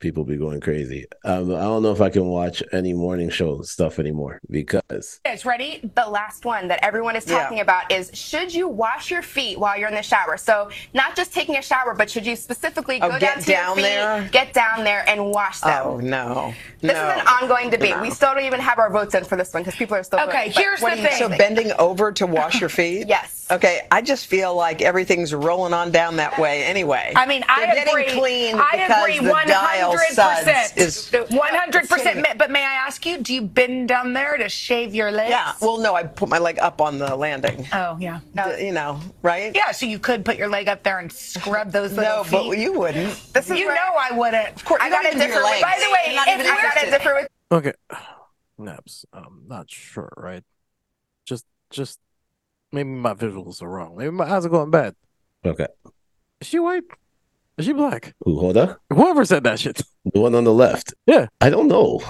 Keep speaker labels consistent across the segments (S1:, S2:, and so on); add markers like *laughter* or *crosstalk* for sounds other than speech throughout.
S1: people be going crazy. Um, I don't know if I can watch any morning show stuff anymore because
S2: It's ready. The last one that everyone is
S3: Yeah.
S2: talking about is should you wash your feet while you're in the shower? So not just taking a shower, but should you specifically
S3: Oh,
S2: go
S3: get
S2: down to
S3: down
S2: your feet,
S3: there?
S2: get down there and wash them?
S3: Oh no.
S2: This
S3: no.
S2: is an ongoing debate.
S3: No.
S2: We still don't even have our votes in for this one because people are still.
S4: Okay,
S2: voting, but
S4: here's
S2: what
S4: the
S2: do you
S4: thing.
S2: think?
S3: So bending over to
S4: *laughs*
S3: wash your feet?
S2: Yes.
S3: Okay, I just feel like everything's rolling on down that way anyway.
S4: I mean, I
S3: They're
S4: agree.
S3: getting clean
S4: I
S3: because
S4: agree
S3: the dial suds
S4: 100%.
S3: is
S4: 100%. But may I ask you, do you bend down there to shave your legs?
S3: Yeah, well no, I put my leg up on the landing.
S4: oh, yeah.
S3: D- You know, right?
S4: Yeah, so you could put your leg up there and scrub those little
S3: No,
S4: feet.
S3: but you wouldn't.
S2: This is
S4: You
S2: where-
S4: know I wouldn't. Of course,
S2: I got
S3: don't
S2: a
S3: even do
S2: different.
S3: legs.
S2: By the way,
S3: You're not
S2: if
S3: even
S2: I got a
S3: interested.
S2: different with
S5: Okay, *sighs* naps. I'm not sure, right? Just, just maybe my visuals are wrong. Maybe my eyes are going bad.
S1: okay.
S5: Is she white? Is she black?
S1: Who hold up?
S5: Whoever said that shit. *laughs*
S1: The one on the left.
S5: Yeah.
S1: I don't know.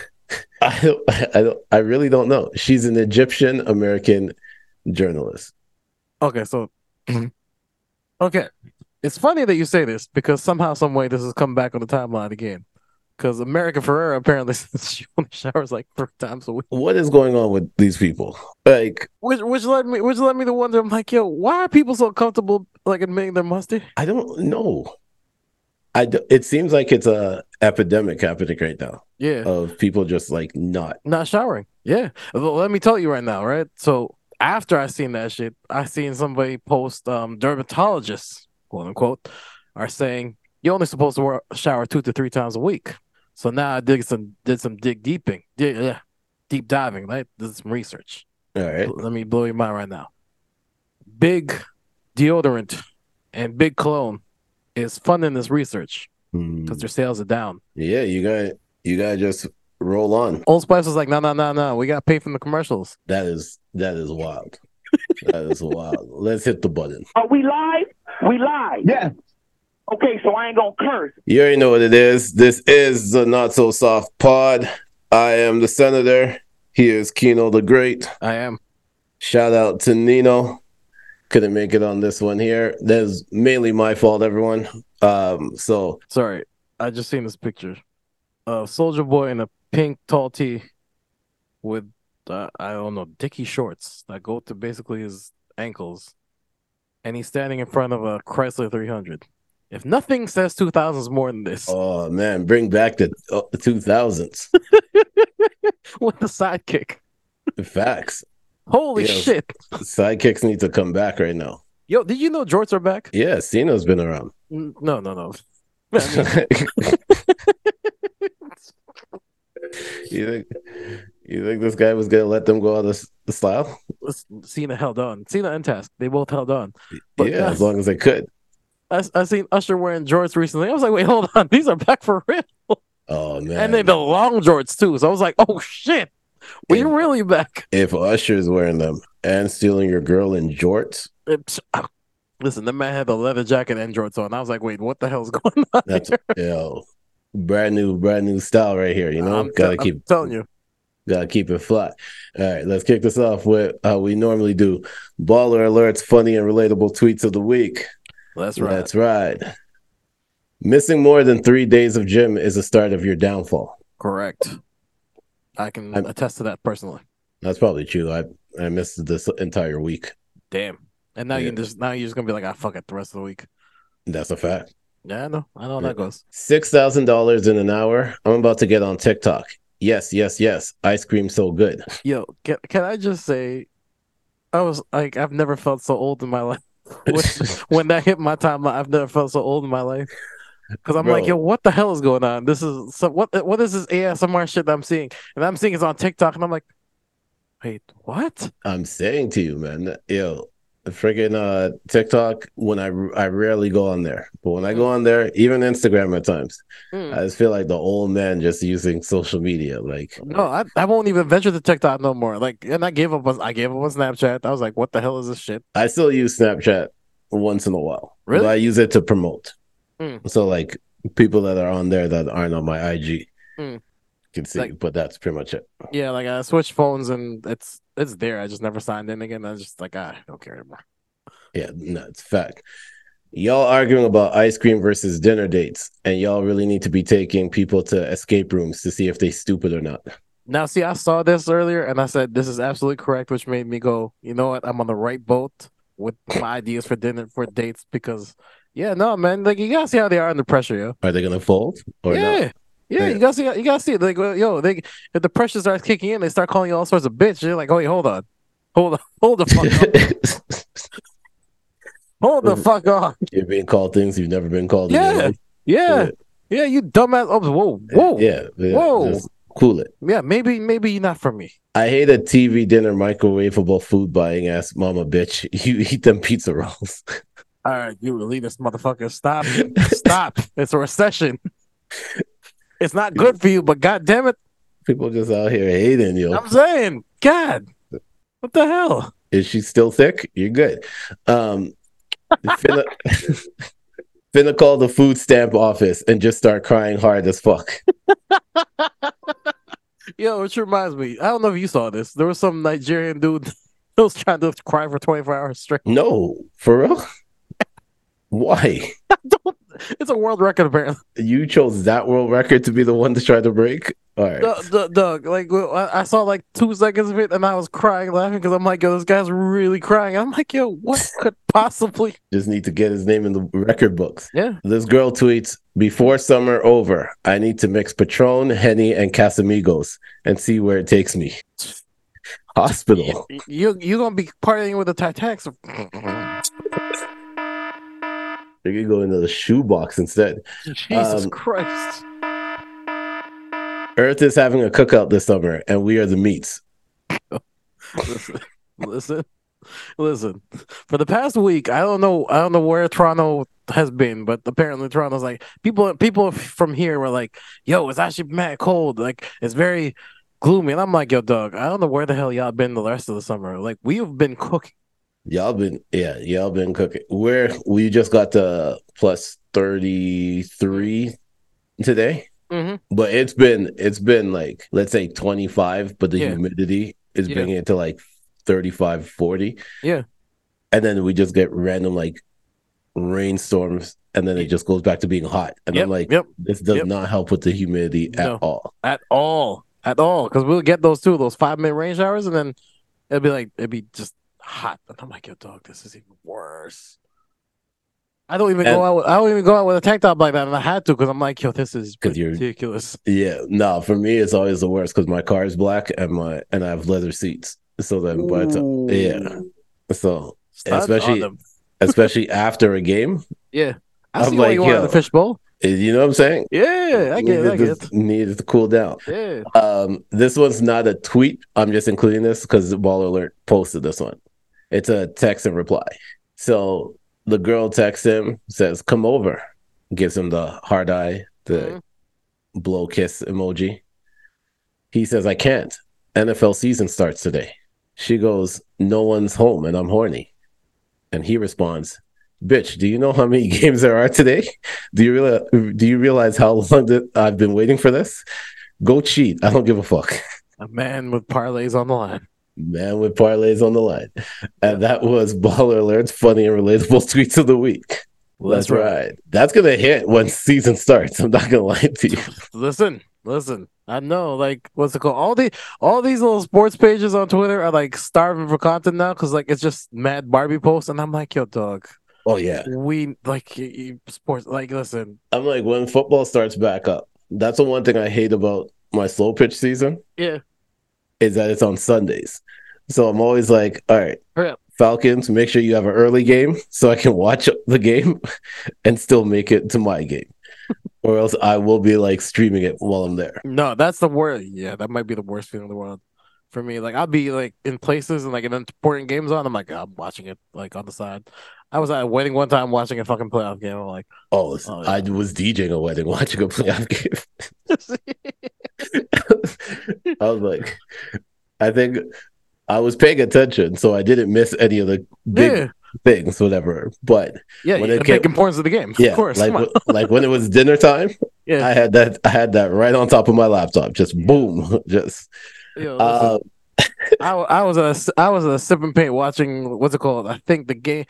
S1: *laughs* I don't, I don't I really don't know. She's an Egyptian American journalist.
S5: Okay, so *clears throat* okay, it's funny that you say this because somehow, some way, this has come back on the timeline again. Because America Ferrera apparently *laughs* says she only showers like three times a week,
S1: What is going on with these people? Like,
S5: which which led me which led me to wonder. I'm like, yo, why are people so comfortable like admitting they're musty?
S1: I don't know. I do, it seems like it's a epidemic happening right now
S5: Yeah,
S1: of people just like not.
S5: not showering. Yeah, well, let me tell you right now, right? So after I seen that shit, I seen somebody post um dermatologists, quote unquote, are saying you're only supposed to wear, shower two to three times a week. So now I did some did some dig deeping, dig, yeah, deep diving, right? Did some research.
S1: All right.
S5: Let me blow your mind right now. Big deodorant and big cologne is funding this research
S1: Hmm.
S5: because their sales are down.
S1: Yeah, you got you got to just roll on.
S5: Old Spice was like, no, no, no, no, we got to pay from the commercials.
S1: That is that is wild. that is wild. Let's hit the button.
S6: Are we live? We live.
S7: Yeah.
S6: Okay, so I ain't gonna curse.
S1: You already know what it is. This is the Not So Soft Pod. I am the senator. He is Keno the Great.
S5: I am.
S1: Shout out to Nino. Couldn't make it on this one here. That is mainly my fault, everyone. Um, so
S5: Sorry, I just seen this picture of Soldier Boy in a pink tall tee with uh, I don't know dicky shorts that go to basically his ankles, and he's standing in front of a Chrysler 300. If nothing says 2000s more than this,
S1: oh man, bring back the two thousands.
S5: *laughs*
S1: *laughs*
S5: with the sidekick,
S1: Facts.
S5: holy
S1: Yes.
S5: shit!
S1: Sidekicks need to come back right now.
S5: Yo, did you know jorts are back?
S1: Yeah, Ceno's been around.
S5: N- No, no, no. I mean,
S1: you *laughs* think you think this guy was gonna let them go out of s- style?
S5: s- Cena held on. Cena and Task, they both held on. But
S1: Yeah,
S5: no.
S1: as long as they could.
S5: I, s- I seen Usher wearing jorts recently. I was like, wait, hold on, *laughs* these are back for real.
S1: Oh man!
S5: and then the long jorts too. So I was like, "Oh shit, we
S1: Yeah.
S5: really back."
S1: if Usher's wearing them and stealing your girl in jorts,
S5: It's- oh. Listen, the man had the leather jacket and jorts on. I was like, "Wait, what the hell's *laughs* going on?"
S1: that's
S5: here?
S1: yo, brand new, brand new style right here. You know,
S5: I'm,
S1: gotta
S5: I'm
S1: keep
S5: telling you.
S1: Gotta keep it fly. All right, let's kick this off with how we normally do. Baller alerts, funny and relatable tweets of the week.
S5: That's right.
S1: Let's ride. Missing more than three days of gym is the start of your downfall.
S5: Correct. I can
S1: I'm-
S5: attest to that personally.
S1: That's probably true. I I missed this entire week.
S5: Damn. And now
S1: Yeah.
S5: you just now you're just gonna be like, "I fuck it the rest of the week."
S1: That's a fact.
S5: Yeah, I know. I know how that
S1: Yeah.
S5: goes.
S1: Six thousand dollars in an hour. I'm about to get on TikTok. Yes, yes, yes. Ice cream so good.
S5: Yo, can, can I just say, I was like, I've never felt so old in my *laughs* life. when, when that hit my timeline, I've never felt so old in my life. Because I'm like,
S1: Bro.
S5: yo, what the hell is going on? This is so what what is this ASMR shit that I'm seeing? And I'm seeing it's on TikTok, and I'm like, wait, what?
S1: *laughs* I'm saying to you, man, yo, freaking uh, TikTok. When I I rarely go on there, but when I go on there, even Instagram at times,
S5: Mm.
S1: I just feel like the old man just using social media. Like,
S5: No, I, I won't even venture to TikTok no more. Like, and I gave up on I gave up on Snapchat. I was like, what the hell is this shit?
S1: I still use Snapchat once in a while.
S5: Really?
S1: But I use it to promote.
S5: Mm.
S1: So like people that are on there that aren't on my IG
S5: Mm.
S1: can see,
S5: Like-
S1: but that's pretty much it.
S5: Yeah, like I switched phones, and it's it's there. I just never signed in again. I was just like, ah, I don't care anymore.
S1: Yeah, no, it's fact. y'all arguing about ice cream versus dinner dates, and y'all really need to be taking people to escape rooms to see if they stupid or not.
S5: Now, see, I saw this earlier and I said this is absolutely correct, which made me go, you know what? I'm on the right boat with my ideas for dinner for dates because, yeah, no, man, like you gotta see how they are under pressure, yo.
S1: Are they gonna fold or
S5: Oh, yeah,
S1: not?
S5: yeah,
S1: Yeah.
S5: you gotta see, you gotta see it. Like, well, yo, they if the pressure starts kicking in, they start calling you all sorts of bitch. You're like, oh, wait, hold on, hold *laughs* on, hold the fuck, up. hold the fuck on,
S1: *laughs* You're being called things you've never been called. in your
S5: yeah,
S1: life.
S5: *laughs* yeah, yeah, you dumbass. Oh, whoa, whoa, yeah,
S1: yeah, yeah.
S5: Whoa.
S1: Just cool it.
S5: yeah. Maybe, maybe you're not for me.
S1: I hate a TV dinner microwavable food buying ass mama bitch. *laughs* You eat them pizza rolls. *laughs*
S5: All right, you relieve this motherfucker. Stop. Stop. It's a recession. It's not good for you, but god damn it,
S1: People just out here hating you.
S5: I'm saying, God, what the hell?
S1: Is she still thick? You're good. Um, finna, *laughs* finna call the food stamp office and just start crying hard as fuck.
S5: Yo, which reminds me, I don't know if you saw this. There was some Nigerian dude *laughs* that was trying to cry for 24 hours straight.
S1: No, for real. Why?
S5: It's a world record, apparently.
S1: You chose that world record to be the one to try to break? All right.
S5: Doug, Doug, Doug, like I I saw like two seconds of it, and I was crying, laughing because I'm like, yo, this guy's really crying. I'm like, yo, what could possibly?
S1: Just need to get his name in the record books.
S5: Yeah,
S1: This girl tweets, before summer over, I need to mix Patron, Henny, and Casamigos and see where it takes me. *laughs* Hospital.
S5: *laughs* you you gonna be partying with the Titanic?
S1: They could go into the shoebox instead.
S5: Jesus
S1: Um,
S5: Christ.
S1: Earth is having a cookout this summer, and we are the meats.
S5: listen, listen, listen. For the past week, I don't know, I don't know where Toronto has been, but apparently Toronto's like people. People from here were like, "Yo, it's actually mad cold. Like, it's very gloomy." And I'm like, "Yo, Doug, I don't know where the hell y'all been the rest of the summer. Like, we have been cooking."
S1: Y'all been, yeah, y'all been cooking. Where we just got to plus 33 today,
S5: Mhm.
S1: but it's been, it's been like, let's say 25, but the
S5: Yeah.
S1: humidity is
S5: Yeah.
S1: bringing it to like 35, 40.
S5: Yeah.
S1: And then we just get random like rainstorms, and then it just goes back to being hot. And
S5: Yep,
S1: I'm like,
S5: yep,
S1: this does
S5: yep.
S1: not help with the humidity at
S5: No.
S1: all.
S5: at all, at all, because we'll get those two, those five minute rain showers, and then it'll be like it'll be just hot. And I'm like, "Yo, dog, this is even worse." I don't even
S1: And-
S5: go out. With, I don't even go out with a tank top like that, and I had to because I'm like, "Yo, this is
S1: 'Cause you're-
S5: ridiculous."
S1: Yeah, no, for me it's always the worst because my car is black and my and I have leather seats. So then by the time, yeah, so
S5: Studs
S1: especially-
S5: on them.
S1: especially after a game,
S5: yeah. I
S1: I'm
S5: see why
S1: like,
S5: you wanted the
S1: yo.
S5: fishbowl.
S1: eh, you know what I'm saying?
S5: Yeah, I get it. I get it.
S1: Just needed to cool down.
S5: Yeah.
S1: Um, this one's not a tweet. I'm just including this because Ball Alert posted this one. It's a text and reply. So the girl texts him, says, "Come over," gives him the hard eye, the
S5: Mhm.
S1: blow kiss emoji. He says, "I can't. NFL season starts today." She goes, "No one's home, and I'm horny." And he responds, "Bitch, do you know how many *laughs* games there are today? Do you realize? Do you realize how long that I've been waiting for this?" Go cheat. I don't give a fuck.
S5: A man with parlays on the line.
S1: Man with parlays on the line. And that was Baller Alert's funny and relatable tweets of the week. Let's ride. That's gonna hit when season starts. I'm not gonna lie to you.
S5: Listen, listen. I know, like, what's it called? All the all these little sports pages on Twitter are like starving for content now because like it's just mad Barbie posts, and I'm like, yo, dog,
S1: Oh yeah.
S5: we like y- y- sports. Like, listen,
S1: I'm like when football starts back up. That's the one thing I hate about my slow pitch season.
S5: Yeah.
S1: Is that it's on Sundays. So I'm always like, all right,
S5: Hurry up.
S1: Falcons, make sure you have an early game so I can *laughs* watch the game and still make it to my game. *laughs* or else I will be like streaming it while I'm there.
S5: no, that's the worst. Yeah, that might be the worst feeling in the world for me. Like, I'll be like in places and like an important game's on. I'm like, I'm watching it like on the side. I was at a wedding one time watching a fucking playoff game. I'm like,
S1: Oh, listen,
S5: Oh,
S1: I was DJing a wedding, *laughs* watching a playoff game. *laughs* I was like, I think I was paying attention, so I didn't miss any of the big
S5: yeah,
S1: things, whatever. But
S5: yeah,
S1: when
S5: yeah,
S1: it
S5: the
S1: came-
S5: big importance of the game.
S1: yeah,
S5: of course.
S1: like
S5: come on.
S1: w- like when it was dinner time,
S5: *laughs* Yeah.
S1: I had that I had that right on top of my laptop, just boom, *laughs* just.
S5: Yo, listen.
S1: Uh,
S5: I, wa- I was a I was a sipping paint watching what's it called? I think the game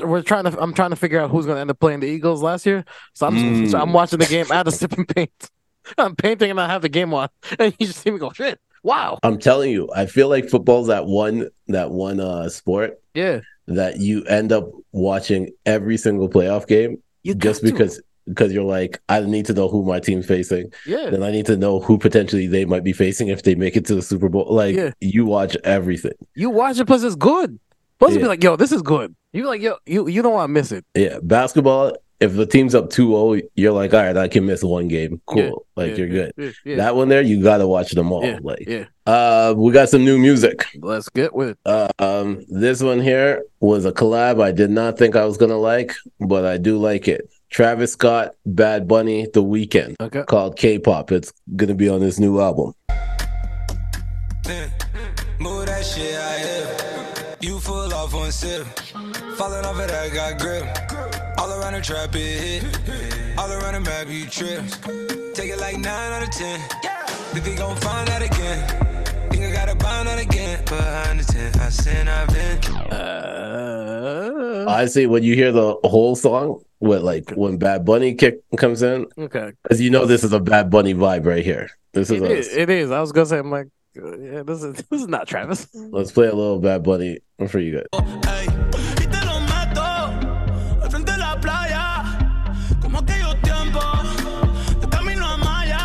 S5: we're trying to. I'm trying to figure out who's going to end up playing the Eagles last year. So I'm just,
S1: Mm.
S5: so I'm watching the game out of sip and paint. *laughs* I'm painting and I have the game on, *laughs* and you just see me go shit. Wow.
S1: I'm telling you, I feel like football's that one that one uh sport
S5: Yeah.
S1: that you end up watching every single playoff game
S5: You
S1: just
S5: got to.
S1: because because you're like, I need to know who my team's facing.
S5: Yeah.
S1: Then I need to know who potentially they might be facing if they make it to the Super Bowl. Like
S5: Yeah.
S1: you watch everything.
S5: You watch it plus it's good. Plus
S1: Yeah.
S5: be like, yo, this is good. You like, yo, you you don't want to miss it.
S1: Yeah, basketball. If the team's up 2-0, you're like, all right, I can miss one game. Cool,
S5: Yeah,
S1: like
S5: Yeah,
S1: you're good.
S5: Yeah, yeah,
S1: That one there, you gotta watch them all. like,
S5: yeah.
S1: uh, we got some new music.
S5: Let's get with it.
S1: Uh, um, this one here was a collab I did not think I was gonna like, but I do like it. Travis Scott, Bad Bunny, The Weeknd,
S5: Okay.
S1: called K-pop. It's gonna be on this new album.
S7: Mm. Move that shit out here. You full off one sip. Falling off it, I got grip. All around the trap, it hit. All around the map, you trip. Take it like 9 out of 10. Think they gon' find that again. Think I gotta bind that again. Behind the tent, I sin, I've been.
S5: Uh,
S1: Honestly, when you hear the whole song, with like when Bad Bunny kick comes in,
S5: okay.
S1: as you know, this is a Bad Bunny vibe right here. This is
S5: It
S1: a
S5: is, it is. I was gonna say, I'm like, uh, yeah, this is *laughs* this is not Travis.
S1: Let's play a little Bad Bunny for you guys.
S7: Ey, y te lo mato al frente de la playa, como aquellos tiempos de camino a Maya.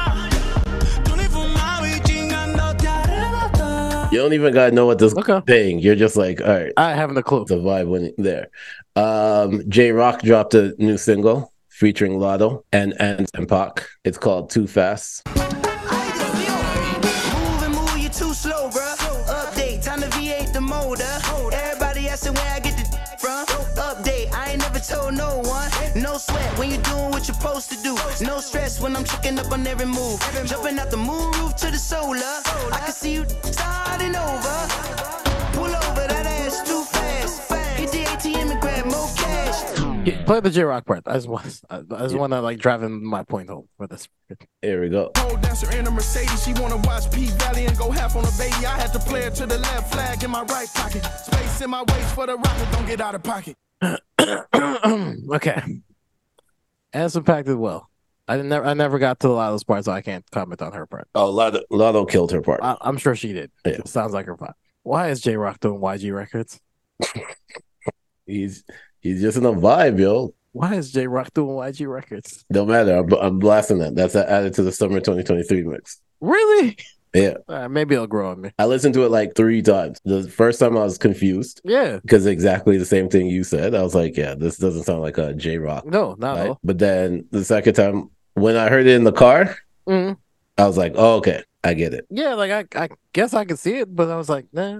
S7: Tú ni fumabas y chingando te arrebatas.
S1: You don't even gotta know what this
S5: Okay.
S1: thing. You're just like, all right,
S5: I haven't a clue.
S1: the vibe went there. Um, J Rock dropped a new single featuring Lotto and and and Pac. It's called Too Fast.
S8: Move and move, you too slow, bruh. Update, time to V8 the motor. Everybody asking where I get the from. Update, I ain't never told no one. No sweat when you doing what you're supposed to do. No stress when I'm checking up on every move. Jumping out the moon roof to the solar. I can see you starting over. Pull over that ass too fast. Hit the ATM and grab more cash.
S5: Yeah, play the J Rock part. I just want, I, I just want to like driving my point home with this. *clears throat*
S1: Here we go.
S9: pole dancer in a Mercedes. She wanna watch P Valley and go half on a baby. I had to play her to the left flag in my right pocket. Space in my waist for the rocket. Don't get out of pocket.
S5: okay. As impacted well. I didn't never, I never got to a lot of those parts, so I can't comment on her part.
S1: Oh, Lotto, Lotto killed her part.
S5: I, I'm sure she did.
S1: Yeah.
S5: It sounds like her part. Why is J Rock doing YG records?
S1: He's he's just in a vibe, yo.
S5: Why is J Rock doing YG records?
S1: No matter. I'm, I'm blasting that. That's added to the summer 2023 mix.
S5: Really? *laughs*
S1: Yeah,
S5: Uh, maybe it'll grow on me.
S1: I listened to it like three times. The first time I was confused
S5: Yeah.
S1: because exactly the same thing you said. I was like, yeah, this doesn't sound like a J Rock.
S5: No, not at
S1: right?
S5: all.
S1: But then the second time, when I heard it in the car,
S5: Mhm.
S1: I was like, oh, okay, I get it.
S5: Yeah, like I, I guess I could see it, but I was like, nah.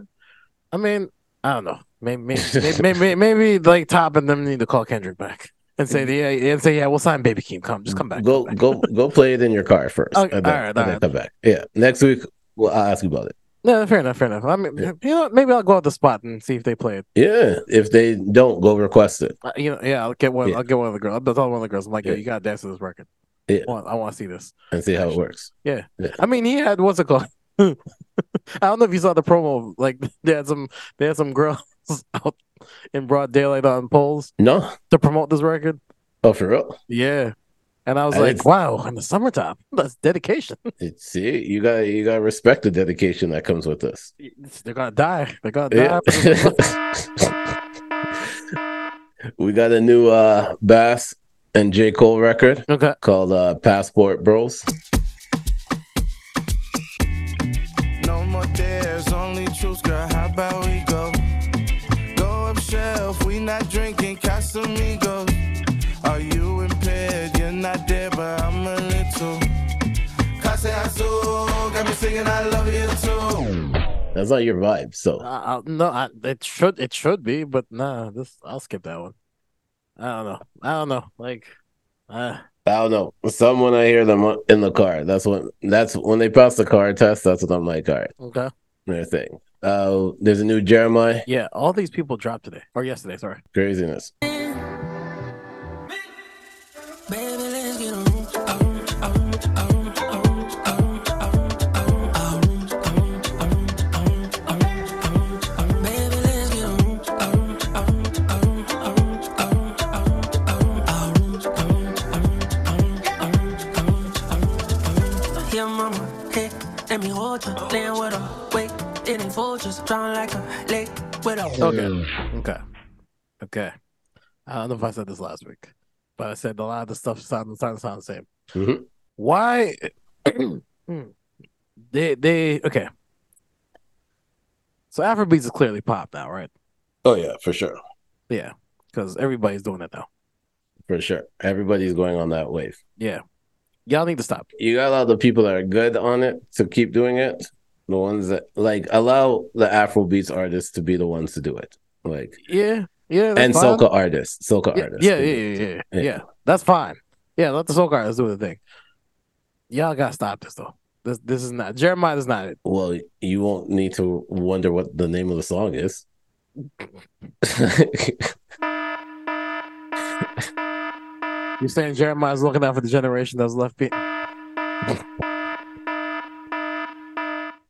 S5: I mean, I don't know. Maybe, maybe, maybe,
S1: *laughs*
S5: maybe, maybe like Top and them need to call Kendrick back and say, yeah, and say, yeah, we'll sign Baby Keem. Come, just come back.
S1: Mm. Go,
S5: come back.
S1: go, go play it in your
S5: *laughs*
S1: car first.
S5: Okay,
S1: and then,
S5: alright,
S1: and then
S5: alright.
S1: come back. Yeah, next week well, I'll ask you about it.
S5: No, fair enough, fair enough. I mean,
S1: Yeah.
S5: you know, what, maybe I'll go out the spot and see if they play it.
S1: Yeah, if they don't, go request it.
S5: Uh, you know, yeah, I'll get one.
S1: Yeah.
S5: I'll get one of the girls. I'll tell one of the girls. I'm like, yo,
S1: Yeah.
S5: you gotta dance to this record.
S1: Yeah.
S5: I want, I want to see this.
S1: and see how it works.
S5: I mean, he had what's it called? *laughs* I don't know if you saw the promo. Like *laughs* they had some, they had some girls *laughs* out in broad daylight on poles
S1: No,
S5: to promote this record.
S1: oh for real.
S5: Yeah. And I was
S1: And
S5: like,
S1: it's-
S5: wow, in the summertime, *laughs* that's dedication.
S1: It's, see, you got you got to respect the dedication that comes with this.
S5: They're gonna die. They're gonna
S1: Yeah. *laughs*
S5: die. *laughs*
S1: we got a new uh Bass and J Cole record
S5: okay.
S1: called uh Passport Bros.
S9: No more dares, only truths, girl. How about we go? Go up shelf, we not drinking Casamigos. Are you impaired? You're not dead, but I'm a little. Casa Azul, got me singing, I love you too.
S1: That's not your vibe, so.
S5: I, I, no, I, it should it should be, but nah, this I'll skip that one. I don't know. I don't know. Like, uh,
S1: I don't know. Someone I hear them in the car. That's when that's when they pass the car test. That's what I'm like. All right,
S5: okay.
S1: their thing. Uh, there's a new Jeremiah
S5: Yeah, all these people dropped today or yesterday. Sorry.
S1: craziness.
S7: Baby, let's get on. on, on, on, on, on, on, on, on, on, on, on, on, on. Baby, let's get on. on, on, on, on,
S10: Your mama hit and me hold you. Playing with her. Wait, it ain't vultures. Drown like a lake with a.
S5: Okay. Okay. Okay. I don't know if I said this last week, but I said a lot of the stuff sounds sound, sound the same.
S1: Mhm.
S5: Why? *clears throat* they they okay. So Afrobeats is clearly pop now, right?
S1: Oh yeah, for sure,
S5: Yeah, because everybody's doing it now.
S1: for sure. Everybody's going on that wave.
S5: Yeah, y'all need to stop.
S1: you gotta allow the people that are good on it to keep doing it. The ones that like allow the Afrobeats artists to be the ones to do it. Like
S5: Yeah, yeah, that's
S1: and
S5: fine.
S1: soca artists, soca
S5: Yeah,
S1: artists.
S5: yeah, yeah, yeah, yeah, yeah,
S1: Yeah.
S5: yeah. That's fine. Yeah, let the soul guys do the thing. Y'all gotta stop this though. This this is not Jeremiah is not it.
S1: Well, you won't need to wonder what the name of the song is.
S5: You're saying Jeremiah's looking out for the generation that's left behind.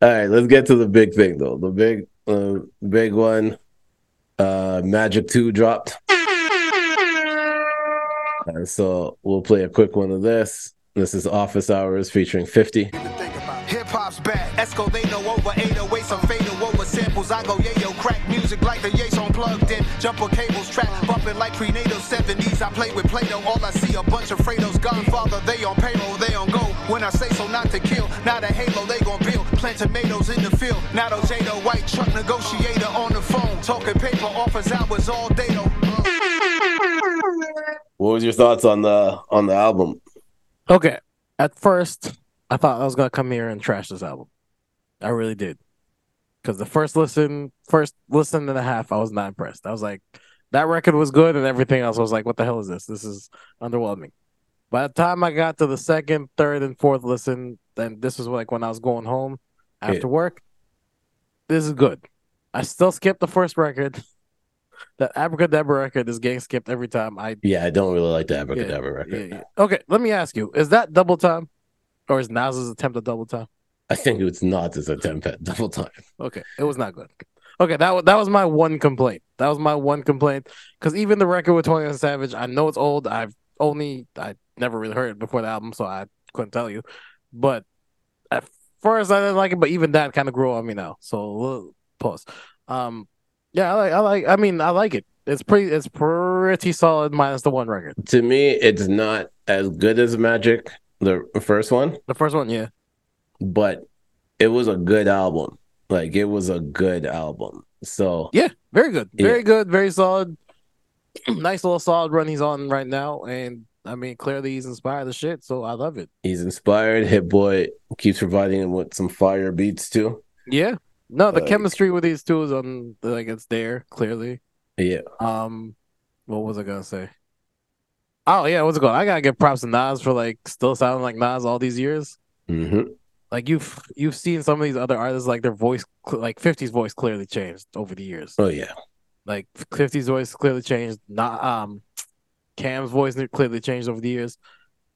S1: All right, let's get to the big thing though. The big, uh, big one. Uh, Magic Two dropped. Uh, so we'll play a quick one of this. This is Office Hours featuring Fifty.
S11: Hip hop's back. Esco, they know over 808, some fatal over samples. I go, yeah, yo, crack music like the Yates on plugged in. Jumper cables trapped, bumping like prenatal 70s. I play with Play Doh, all I see a bunch of Fredos. Godfather, they on payroll, they on go. When I say so, not to kill, not a halo, they gon' build. Plant tomatoes in the field. Not Ojado, white truck negotiator on the phone. Talking paper, offers hours all day though.
S1: What was your thoughts on the on the album?
S5: Okay. At first, I thought I was gonna come here and trash this album. I really did. Cause the first listen, first listen and a half, I was not impressed. I was like, that record was good and everything else. I was like, what the hell is this? This is underwhelming. By the time I got to the second, third, and fourth listen, then this was like when I was going home after
S1: Yeah.
S5: work. This is good. I still skipped the first record. *laughs* That Abracadabra record is getting skipped every time. I
S1: Yeah, I don't really like the
S5: Yeah,
S1: Abracadabra record.
S5: yeah, yeah. Okay, let me ask you: Is that double time, or is Nas's attempt at double time?
S1: I think it was not as attempt at double time.
S5: Okay, it was not good. Okay, that was that was my one complaint. That was my one complaint because even the record with Twenty One Savage, I know it's old. I've only I never really heard it before the album, so I couldn't tell you. But at first, I didn't like it. But even that kind of grew on me now. So we'll pause. Um, yeah, I like. I like. I mean, I like it. It's pretty. It's pretty solid minus the one record.
S1: To me, it's not as good as Magic, the first one,
S5: The first one, yeah.
S1: but it was a good album. Like it was a good album. So
S5: Yeah, very good.
S1: Yeah.
S5: Very good. Very solid. *clears throat* nice little solid run he's on right now. And I mean, clearly he's inspired the shit. So I love it.
S1: he's inspired. Hit Boy keeps providing him with some fire beats too.
S5: Yeah. No, the
S1: Like-
S5: chemistry with these two is on, like, it's there, clearly.
S1: Yeah.
S5: Um, What was I going to say? Oh, yeah. What's it called? I got to give props to Nas for, like, still sounding like Nas all these years. Mm-hmm.
S1: hmm
S5: Like you've you've seen some of these other artists, like their voice, cl- like 50's voice, clearly changed over the years.
S1: Oh yeah.
S5: Like 50's voice clearly changed. Not um, Cam's voice clearly changed over the years,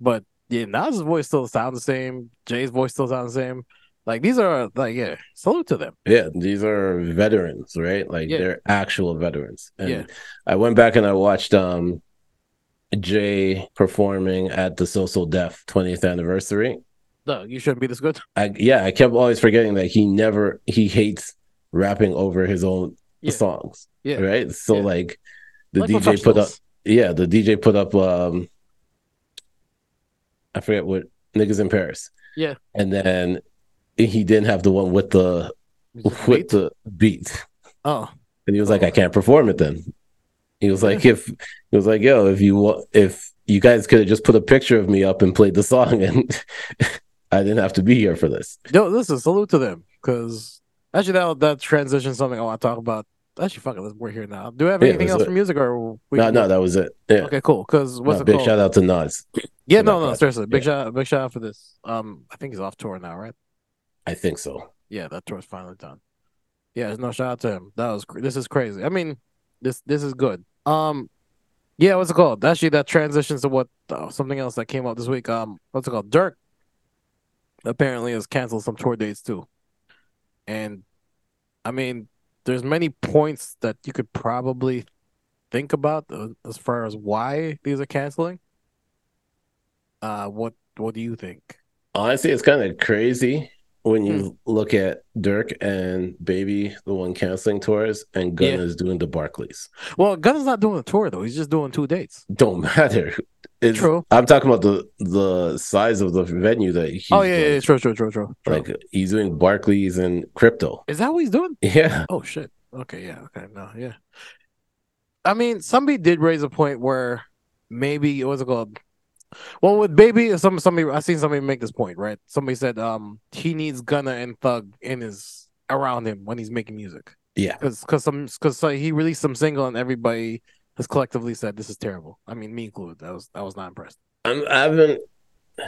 S5: but yeah, Nas's voice still sounds the same. Jay's voice still sounds the same. Like these are like yeah, salute to them.
S1: Yeah, these are veterans, right? Like
S5: Yeah.
S1: they're actual veterans. And
S5: Yeah.
S1: I went back and I watched um Jay performing at the Social Def 20th anniversary.
S5: No, you shouldn't be this good.
S1: I yeah, I kept always forgetting that he never he hates rapping over his own
S5: Yeah.
S1: songs.
S5: Yeah.
S1: Right? So
S5: Yeah.
S1: like the
S5: Like
S1: DJ put up
S5: professionals.
S1: yeah, the DJ put up um I forget what niggas in Paris.
S5: Yeah.
S1: And then he didn't have the one with the with the beat.
S5: Oh,
S1: And he was like, I can't perform it then. He was like, if he was like, yo, if you wa- if you guys could have just put a picture of me up and played the song, *laughs* and I didn't have to be here for this.
S5: yo, listen, salute to them because actually that that transition something I want to talk about. Actually, fuck it, let's- we're here now. Do we have
S1: Yeah,
S5: anything
S1: let's
S5: else
S1: do
S5: for
S1: it.
S5: music or we
S1: no,
S5: can-
S1: no, that was it. Yeah.
S5: Okay, cool. Because what's
S1: No,
S5: it
S1: big
S5: called?
S1: shout out to Nas.
S5: Yeah,
S1: for that
S5: no, no,
S1: project.
S5: seriously, big shout, big shout out for this. Um, I think he's off tour now, right?
S1: I think so.
S5: yeah, that tour's finally done. Yeah, no shout out to him. That was cr- this is crazy. I mean, this this is good. Um, yeah, what's it called? Actually, that transitions to what uh, something else that came out this week. Um, what's it called? Dirk apparently has canceled some tour dates too, and I mean, there's many points that you could probably think about uh, as far as why these are canceling. Uh, what what do you think?
S1: honestly, it's kind of crazy when
S5: Hmm.
S1: you look at Dirk and Baby, the one canceling tours, and Gunna is doing the Barclays.
S5: Well, Gunna's not doing a tour though. He's just doing two dates.
S1: Don't *laughs* matter. It's, True. I'm talking about the the size of the venue that he's
S5: oh yeah, yeah, yeah, true, true, true, true.
S1: like he's doing Barclays and crypto. *laughs*
S5: Is that what he's doing?
S1: Yeah.
S5: Oh shit. Okay, yeah, okay, no, yeah. I mean, somebody did raise a point where maybe what's it called? Well, with baby, some somebody I seen somebody make this point, right? Somebody said um he needs Gunna and Thug in his around him when he's making music
S1: Yeah.
S5: because because some because he released some single and everybody has collectively said this is terrible. I mean, me included. I was I was not impressed.
S1: I'm, I haven't,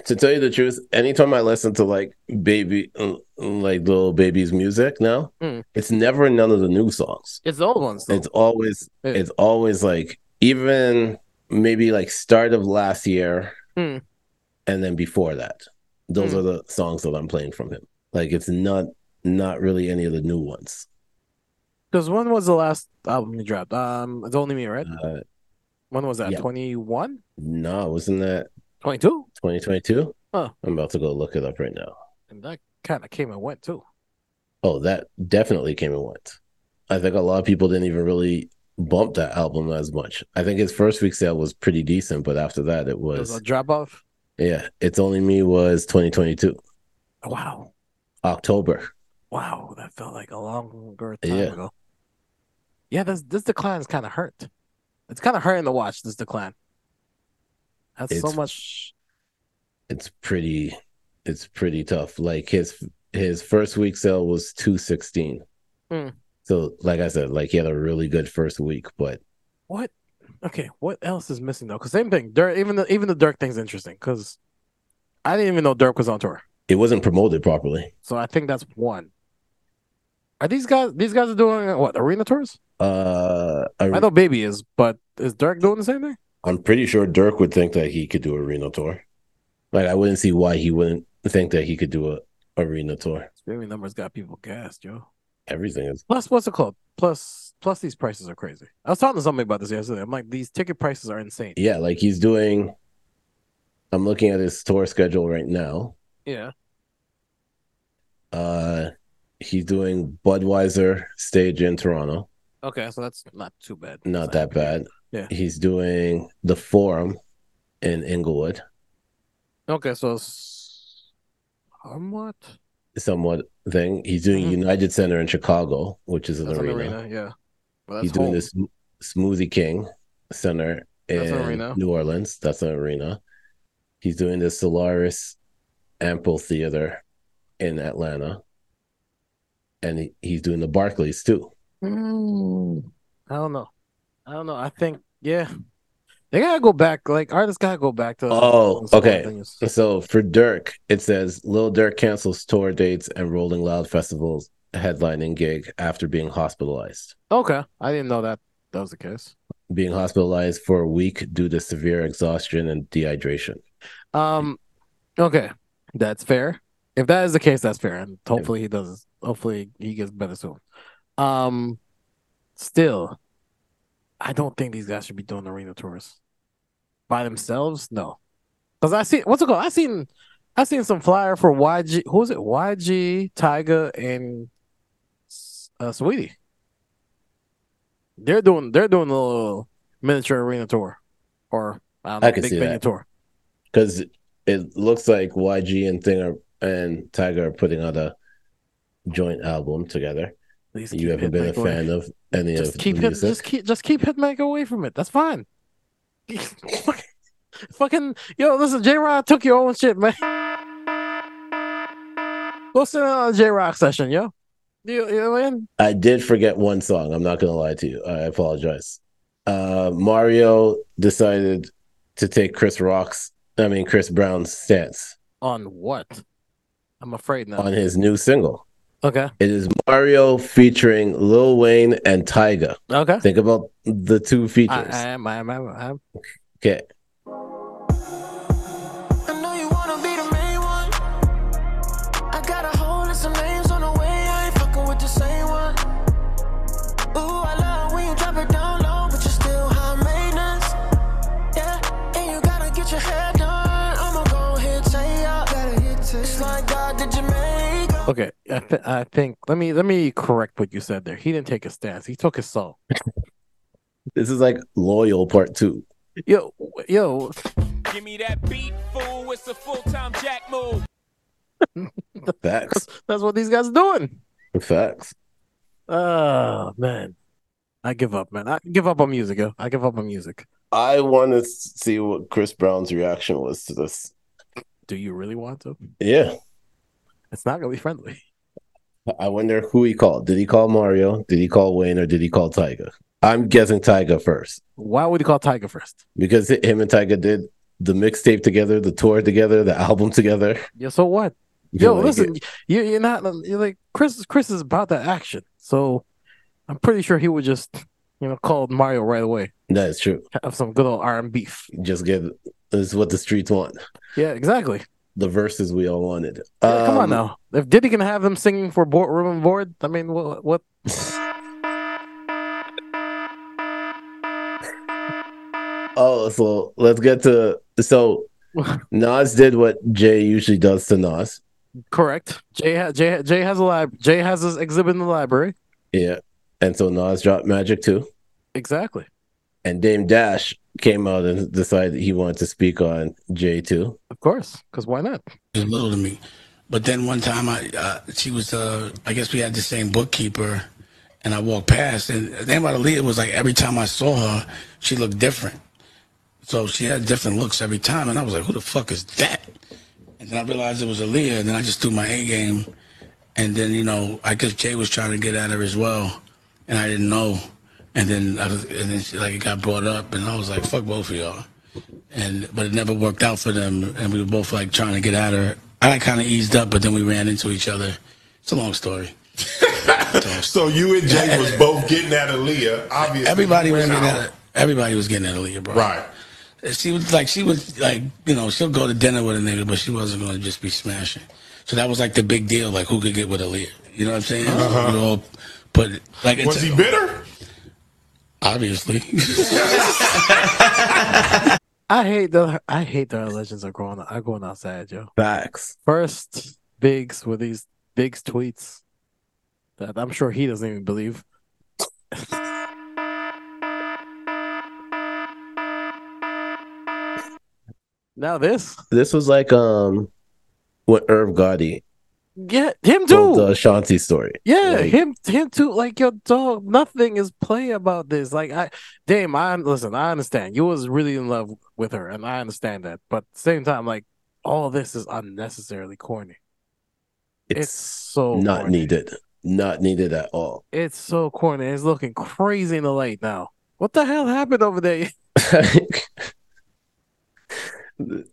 S1: to tell you the truth, anytime I listen to like baby, uh, like little baby's music now,
S5: Mm.
S1: it's never none of the new songs.
S5: It's the old ones. Though.
S1: It's always,
S5: Yeah.
S1: it's always like even maybe like start of last year
S5: Mm.
S1: and then before that. Those
S5: Mm.
S1: are the songs that I'm playing from him. Like it's not, not really any of the new ones.
S5: Because when was the last album you dropped? Um, it's only me, right?
S1: Uh,
S5: When was that?
S1: yeah.
S5: Twenty one?
S1: no, wasn't that
S5: Twenty two?
S1: 2022?
S5: Huh.
S1: I'm about to go look it up right now.
S5: And that kind of came and went too.
S1: Oh, that definitely came and went. I think a lot of people didn't even really bump that album as much. I think his first week sale was pretty decent, but after that, it
S5: It was
S1: was
S5: a drop off.
S1: yeah. It's only me was 2022
S5: Wow,
S1: October.
S5: wow, that felt like a longer time
S1: Yeah.
S5: ago. Yeah, this this decline is kind of hurt. It's kind of hurting to watch this decline. That's so
S1: It's-
S5: much.
S1: It's pretty. It's pretty tough. Like his his first week sale was 216.
S5: Hmm.
S1: So, like I said, like he had a really good first week, but
S5: What? Okay, what else is missing though? Because same thing. Dirk, even the even the Dirk thing's interesting because I didn't even know Dirk was on tour.
S1: it wasn't promoted properly.
S5: So I think that's one. Are these guys? These guys are doing uh, what arena tours?
S1: Uh, I,
S5: I know Baby is, but is Dirk doing the same thing?
S1: I'm pretty sure Dirk would think that he could do a Reno tour. Like I wouldn't see why he wouldn't think that he could do a arena tour.
S5: Baby numbers got people gassed, yo.
S1: Everything is
S5: Plus, what's it called? Plus, plus these prices are crazy. I was talking to somebody about this yesterday. I'm like, these ticket prices are insane.
S1: yeah, like he's doing I'm looking at his tour schedule right now.
S5: Yeah.
S1: Uh he's doing Budweiser stage in Toronto.
S5: Okay, so that's not too bad.
S1: Not that bad.
S5: Yeah.
S1: He's doing the forum in Inglewood,
S5: Okay, so s- somewhat.
S1: somewhat thing. He's doing
S5: Mhm.
S1: United Center in Chicago, which is an
S5: That's an
S1: arena.
S5: arena, yeah. But that's
S1: he's doing
S5: home.
S1: this Sm- Smoothie King Center
S5: That's
S1: in
S5: an arena.
S1: New Orleans. That's an arena. He's doing the Solaris Amphitheater in Atlanta, and he, he's doing the Barclays too.
S5: I don't know. I don't know. I think yeah, they gotta go back. Like artists gotta go back to.
S1: Oh,
S5: some
S1: okay.
S5: things.
S1: So for Dirk, it says Lil Dirk cancels tour dates and Rolling Loud festivals headlining gig after being hospitalized.
S5: Okay, I didn't know that that was the case.
S1: Being hospitalized for a week due to severe exhaustion and dehydration.
S5: Um, okay, that's fair. If that is the case, that's fair, and hopefully he does. Hopefully he gets better soon. Um, still, I don't think these guys should be doing arena tours by themselves. No, because I see what's it called. I seen I seen some flyer for YG. Who is it? YG, Tyga, and S- uh, Sweetie. They're doing they're doing a little miniature arena tour, or I don't know,
S1: I could
S5: big
S1: see
S5: venue
S1: that.
S5: tour.
S1: because it looks like YG and Thing are, and Tiger are putting out a joint album together.
S5: Please
S1: You
S5: keep
S1: haven't been a
S5: Hitmaker away.
S1: fan
S5: *laughs*
S1: of any
S5: Just
S1: of
S5: keep
S1: the
S5: hit,
S1: music.
S5: just keep just keep Hitmaker away from it. That's fine. *laughs* fucking, fucking yo, listen, J Rod took your own shit, man. Listen to a J Rock session, yo. You, you know what I mean?
S1: I did forget one song. I'm not gonna lie to you. I apologize. Uh, Mario decided to take Chris Rock's, I mean Chris Brown's stance
S5: On what? I'm afraid now.
S1: on his new single.
S5: Okay.
S1: It is Mario featuring Lil Wayne and Tyga.
S5: Okay.
S1: Think about the two
S5: I,
S1: features.
S5: I am, I am, I am, I am.
S1: okay.
S10: I know you wanna be the main one. I got a whole list of names on the way. I ain't fucking with the same one. Ooh, I love when you drop it down low, but you're still high maintenance. Yeah, and you gotta get your hair done. I'ma go ahead, say ya. Gotta hit my God, did you make up?
S5: Okay, I, th- I think let me let me correct what you said there. He didn't take a stance. He took his song.
S1: This is like loyal part two.
S5: Yo, yo,
S12: Give me that beat, fool. It's a full time jack move.
S5: *laughs*
S1: Facts.
S5: that's what these guys are doing.
S1: Facts.
S5: Oh man, I give up, man. I give up on music, yo. I give up on music.
S1: I want to see what Chris Brown's reaction was to this.
S5: Do you really want to?
S1: Yeah.
S5: It's not gonna be friendly.
S1: I wonder who he called. Did he call Mario? Did he call Wayne or did he call Tyga? I'm guessing Tyga first
S5: Why would you call Tiger first?
S1: because him and Tyga did the mixtape together, the tour together, the album together. *laughs*
S5: Yeah, so what?
S1: You
S5: Yo,
S1: like
S5: listen, you you're not you're like Chris. Chris is about that action, so I'm pretty sure he would just you know call Mario right away.
S1: That is true.
S5: Have some good old R and beef.
S1: Just get this is what the streets want.
S5: Yeah, exactly.
S1: The verses we all wanted.
S5: Yeah, come on
S1: Um,
S5: now. If Diddy can have them singing for board, room and board, I mean, what? what?
S1: Oh, so let's get to
S5: *laughs*
S1: so Nas did what Jay usually does to Nas.
S5: Correct. Jay, ha- Jay, ha- Jay has a lab. Jay has his exhibit in the library.
S1: Yeah. And so Nas dropped Magic too.
S5: Exactly.
S1: And Dame Dash came out and decided he wanted to speak on Jay too.
S5: Of course, because why not?
S13: was little to me. But then one time, I uh, she was, uh, I guess we had the same bookkeeper, and I walked past, and the thing about Aaliyah was like every time I saw her, she looked different. So she had different looks every time, and I was like, who the fuck is that? And then I realized it was Aaliyah, and then I just threw my A game, and then you know, I guess Jay was trying to get at her as well, and I didn't know, and then I was, and then she, like it got brought up, and I was like, fuck both of y'all and but it never worked out for them and we were both like trying to get at her i kind of eased up but then we ran into each other it's a long story
S14: *laughs* So you and Jay was both getting at Aaliyah. Obviously,
S13: everybody
S14: you
S13: was
S14: went
S13: getting
S14: out.
S13: at everybody was getting at Aaliyah, bro right she was like she was like you know she'll go to dinner with a nigga but she wasn't going to just be smashing so that was like the big deal like who could get with Aaliyah you know what i'm saying
S14: Uh-huh.
S13: we all put like
S14: Was he bitter?
S15: *laughs*
S13: obviously
S5: I hate the I hate the legends are growing. Are going outside, yo.
S1: Facts.
S5: First, Biggs with these Biggs tweets that I'm sure he doesn't even believe. now this,
S1: This was like um what Irv Gotti
S5: yeah, him too.
S1: told the Ashanti story.
S5: Yeah,
S1: Like,
S5: him him too. Like your dog, nothing is play about this. Like I, damn, I listen. I understand you was really in love with her, and I understand that. But at the same time, like all this is unnecessarily corny.
S1: It's,
S5: so
S1: not
S5: corny.
S1: needed. Not needed at all. *laughs*
S5: It's so corny. It's looking crazy in the light now. What the hell happened over there? *laughs*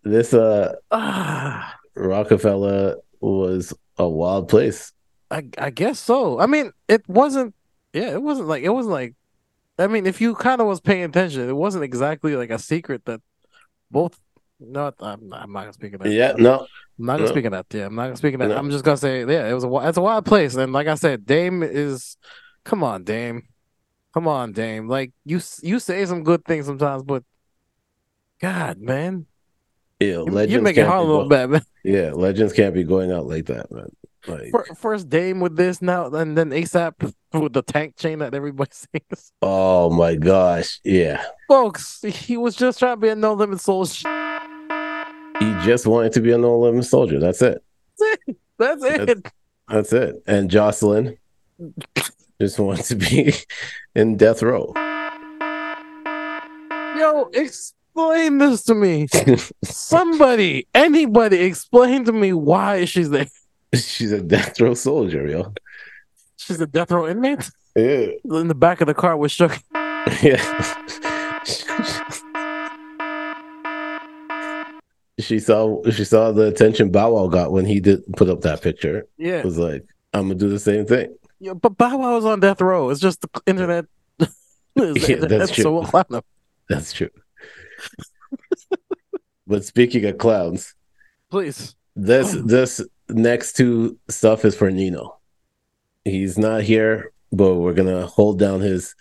S1: This uh
S5: Ah,
S1: Rockefeller was a wild place.
S5: I I guess so. I mean, it wasn't. Yeah, it wasn't like it wasn't like. I mean, if you kind of was paying attention, it wasn't exactly like a secret that both. No, I'm, I'm not gonna speak of that.
S1: Yeah, no.
S5: I'm not gonna
S1: No.
S5: speak of that. Yeah, I'm not gonna speak of that.
S1: No.
S5: I'm just gonna say, yeah, it was a wi- it's a wild place. And like I said, Dame is, come on, Dame, come on, Dame. Like you s- you say some good things sometimes, but God, man,
S1: Yeah, legends
S5: you make it
S1: can't
S5: hard a
S1: be
S5: little
S1: go-
S5: bit, man.
S1: Yeah, legends can't be going out like that, man. Like
S5: Fir- First Dame with this now, and then ASAP with the tank chain that everybody *laughs* sings.
S1: oh my gosh. Yeah.
S5: Folks, he was just trying to be a no limit soul. Sh-
S1: He just wanted to be a no limit soldier. That's it.
S5: That's it.
S1: That's it. And
S5: *laughs*
S1: Jocelyn just wanted to be *laughs* in death row.
S5: Yo, explain this to me. Somebody, anybody, explain to me why she's there.
S1: *laughs* She's a death row soldier, yo.
S5: She's a death row inmate
S1: Yeah.
S5: in the back of the car with shook.
S1: *laughs* Yeah. *laughs* she saw she saw the attention Bow Wow got when he did put up that picture.
S5: Yeah.
S1: was like, I'm gonna do the same thing.
S5: Yeah, but Bow Wow was on death row. It's just the internet. *laughs* It's-
S1: Yeah, that's
S5: it's so
S1: true.
S5: wild.
S1: That's true. but speaking of clowns,
S5: Please,
S1: this this next two stuff is for Nino. He's not here, but we're gonna hold down his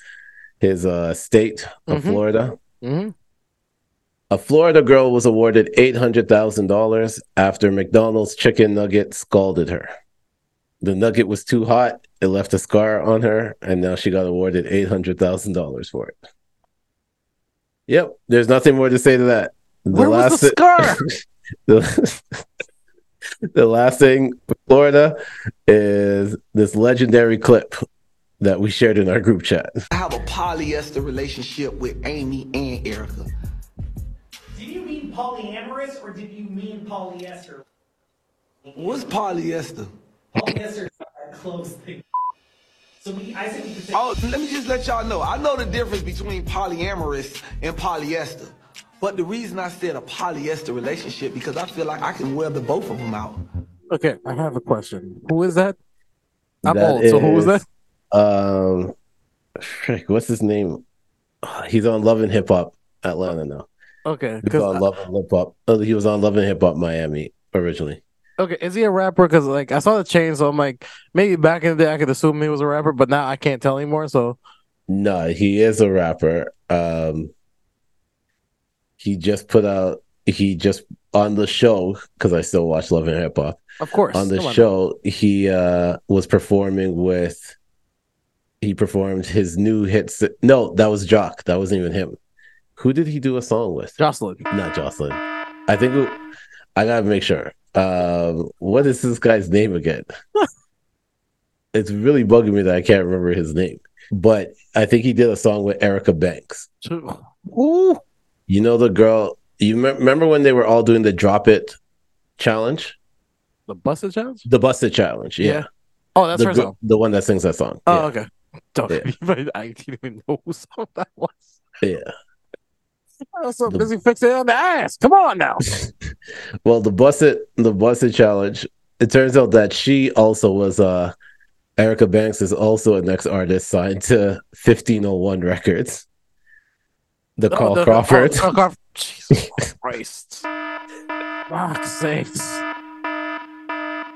S1: his uh state of
S5: Mhm.
S1: Florida.
S5: Mhm.
S1: A Florida girl was awarded $800,000 after McDonald's chicken nugget scalded her. The nugget was too hot, it left a scar on her, and now she got awarded $800,000 for it. Yep, there's nothing more to say to that. The
S5: Where was the scar?
S1: the, the last thing, *laughs* for Florida, is this legendary clip that we shared in our group chat.
S15: I have a polyester relationship with Amy and Erica.
S16: Did you mean polyamorous or did you mean polyester?
S15: What's polyester?
S16: Polyester is a close thing. So we, I said we could say
S15: Oh, let me just let y'all know. I know the difference between polyamorous and polyester. But the reason I said a polyester relationship because I feel like I can wear the both of them out.
S5: Okay, I have a question. Who is that? I'm
S1: That
S5: old, so who was that?
S1: is, Um, frick, what's his name? Ah, He's on Love and Hip Hop Atlanta now.
S5: Okay,
S1: He was on Love and Hip Hop. Oh, he was on Love and Hip Hop Miami originally.
S5: Okay, is he a rapper? Because like I saw the chain, so I'm like, maybe back in the day I could assume he was a rapper, but now I can't tell anymore. So
S1: No, he is a rapper. Um, he just put out. He just on the show because I still watch Love and Hip Hop.
S5: of course,
S1: on the
S5: come now.
S1: show he uh was performing with he performed his new hits no that was jock that wasn't even him who did he do a song with
S5: jocelyn
S1: not jocelyn i think it- i gotta make sure um what is this guy's name
S5: *laughs*
S1: again it's really bugging me that i can't remember his name but i think he did a song with erica banks
S5: Ooh.
S1: you know the girl you me- remember when they were all doing the drop it challenge
S5: the busted challenge.
S1: the busted challenge yeah,
S5: Yeah. Oh, that's
S1: the,
S5: her
S1: gr-
S5: song.
S1: the one that sings that song
S5: Oh, okay. Don't
S1: Yeah.
S5: but I didn't *laughs* even know who song that was. *laughs*
S1: yeah
S5: I was so busy fixing it on the ass. Come on now.
S1: well the busted the busted challenge it turns out that she also was uh erica banks is also an ex-artist signed to 1501 records the
S5: Oh,
S1: carl
S5: the- the-
S1: crawford
S5: Carl- Carl Crawford. Jesus Christ. Oh, Fuck's sakes.
S1: *laughs*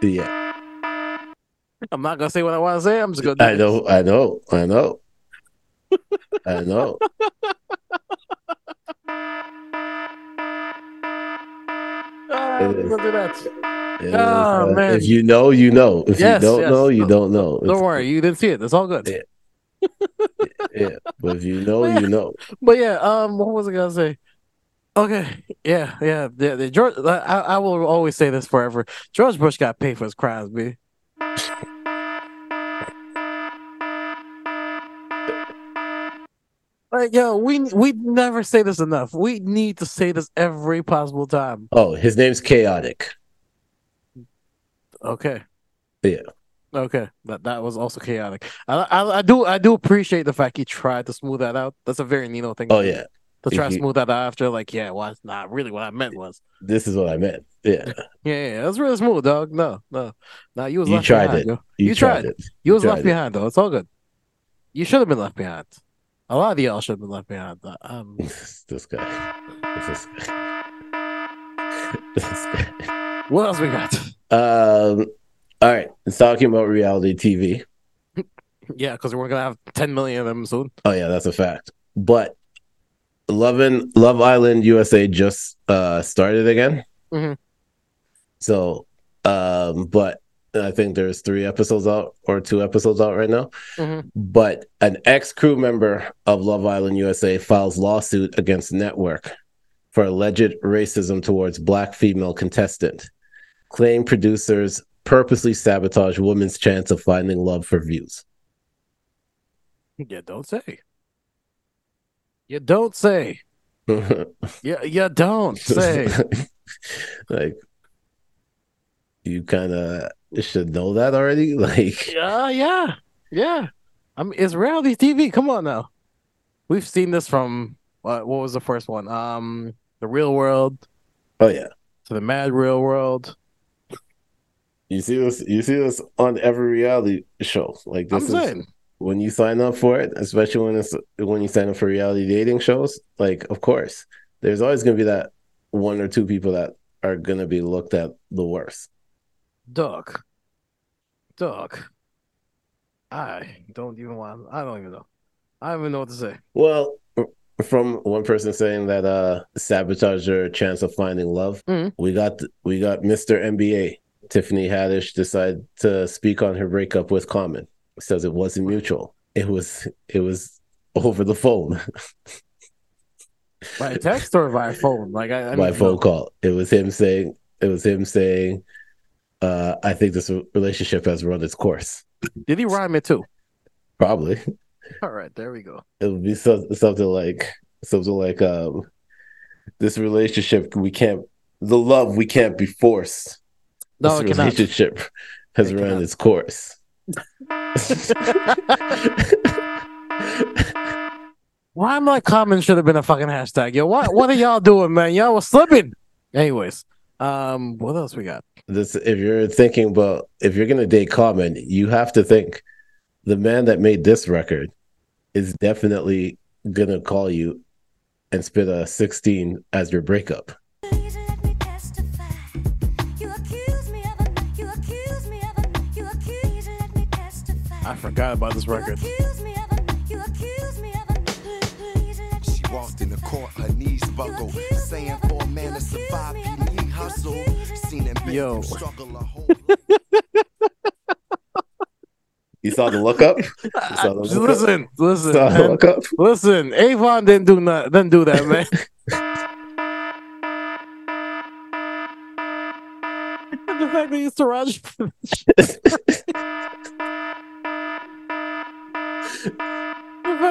S1: yeah
S5: I'm not gonna say what I want to say. I'm just gonna. Do
S1: i
S5: it.
S1: know i know i know i
S5: *laughs*
S1: know
S5: Ah,
S1: It
S5: I'm
S1: is.
S5: gonna do that.
S1: It is,
S5: Ah,
S1: uh,
S5: man.
S1: if you know you know if
S5: Yes,
S1: you don't
S5: yes.
S1: know you
S5: No,
S1: don't know
S5: Don't worry, you didn't see it. It's all good.
S1: It's- yeah but if you
S5: *laughs*
S1: know you know
S5: But yeah, um, what was I gonna say? Okay, yeah, yeah, yeah. The George, I, I I will always say this forever. George Bush got paid for his crimes, B. Like yo, we we never say this enough. We need to say this every possible time.
S1: oh his name's chaotic
S5: Okay,
S1: yeah
S5: okay, that that was also chaotic. I I, I do I do appreciate the fact he tried to smooth that out. That's a very Nino thing.
S1: oh
S5: to do,
S1: yeah
S5: to try to
S1: He-
S5: smooth that out after like yeah, well, that's not really what I meant was.
S1: this is what i meant
S5: *laughs*
S1: yeah
S5: Yeah, yeah, yeah, that's really smooth, dog. No, no, no. You was
S1: You
S5: left
S1: tried
S5: behind,
S1: it.
S5: yo.
S1: You
S5: You,
S1: tried
S5: tried.
S1: it.
S5: You
S1: You
S5: was left
S1: tried it.
S5: behind, though. It's all good. You should have been left behind. A lot of y'all should have been left behind. Uh, Um,
S1: this guy. This guy. This guy. *laughs*
S5: What else we got? *laughs*
S1: Um, all right, it's talking about reality TV.
S5: yeah, because we're gonna have ten million of them soon.
S1: Oh yeah, that's a fact. But Love and Love Island USA just uh started again.
S5: Mhm.
S1: So, um, but I think there's three episodes out or two episodes out right now.
S5: Mhm.
S1: But an ex crew member of Love Island USA files lawsuit against network for alleged racism towards black female contestant. Claim producers purposely sabotage women's chance of finding love for views. *laughs*
S5: You don't say. You don't say. Yeah, you
S1: *laughs*
S5: don't say.
S1: like you kind of should know that already *laughs* like
S5: Yeah, Uh, yeah, yeah. I mean, it's reality TV. Come on now. We've seen this from uh, what was the first one? Um, the Real World
S1: oh yeah
S5: to the Mad Real World.
S1: you see this you see this on every reality show like
S5: I'm
S1: this is
S5: saying.
S1: when you sign up for it especially when it's when you sign up for reality dating shows like of course there's always going to be that one or two people that are going to be looked at the worst
S5: Duck. Duck. I don't even want. I don't even know. I don't even know what to say.
S1: well from one person saying that uh sabotage your chance of finding love.
S5: Mhm.
S1: We got we got Mr. NBA. Tiffany Haddish decided to speak on her breakup with Common. Says it wasn't mutual. It was it was over the phone
S5: By text or via phone? Like I,
S1: by
S5: I need to know.
S1: phone call. It was him saying it was him saying uh I think this relationship has run its course.
S5: Did he rhyme it too?
S1: Probably.
S5: All right, there we go.
S1: it would be so, something like something like um this relationship we can't the love we can't be forced
S5: No,
S1: *laughs*
S5: it
S1: this
S5: cannot.
S1: relationship has run its
S5: *laughs*
S1: course
S5: Rhyme like common should have been a fucking hashtag. Yo, what what are y'all doing, man? Y'all was slipping. Anyways, um, what else we got?
S1: this if you're thinking about if you're gonna date common you have to think the man that made this record is definitely gonna call you and spit a 16 as your breakup
S5: I forgot about this record.
S17: She walked in the court, her knees buckled, saying for a man to survive, he need hustle. Seen him
S5: Yo.
S17: struggle a whole
S1: you saw the look up You saw the
S5: Just
S1: look up?
S5: *laughs* listen, listen,
S1: Saw the
S5: man.
S1: look up?
S5: listen. Avon didn't do not didn't do that, man. the fact that he's Taraj. the fact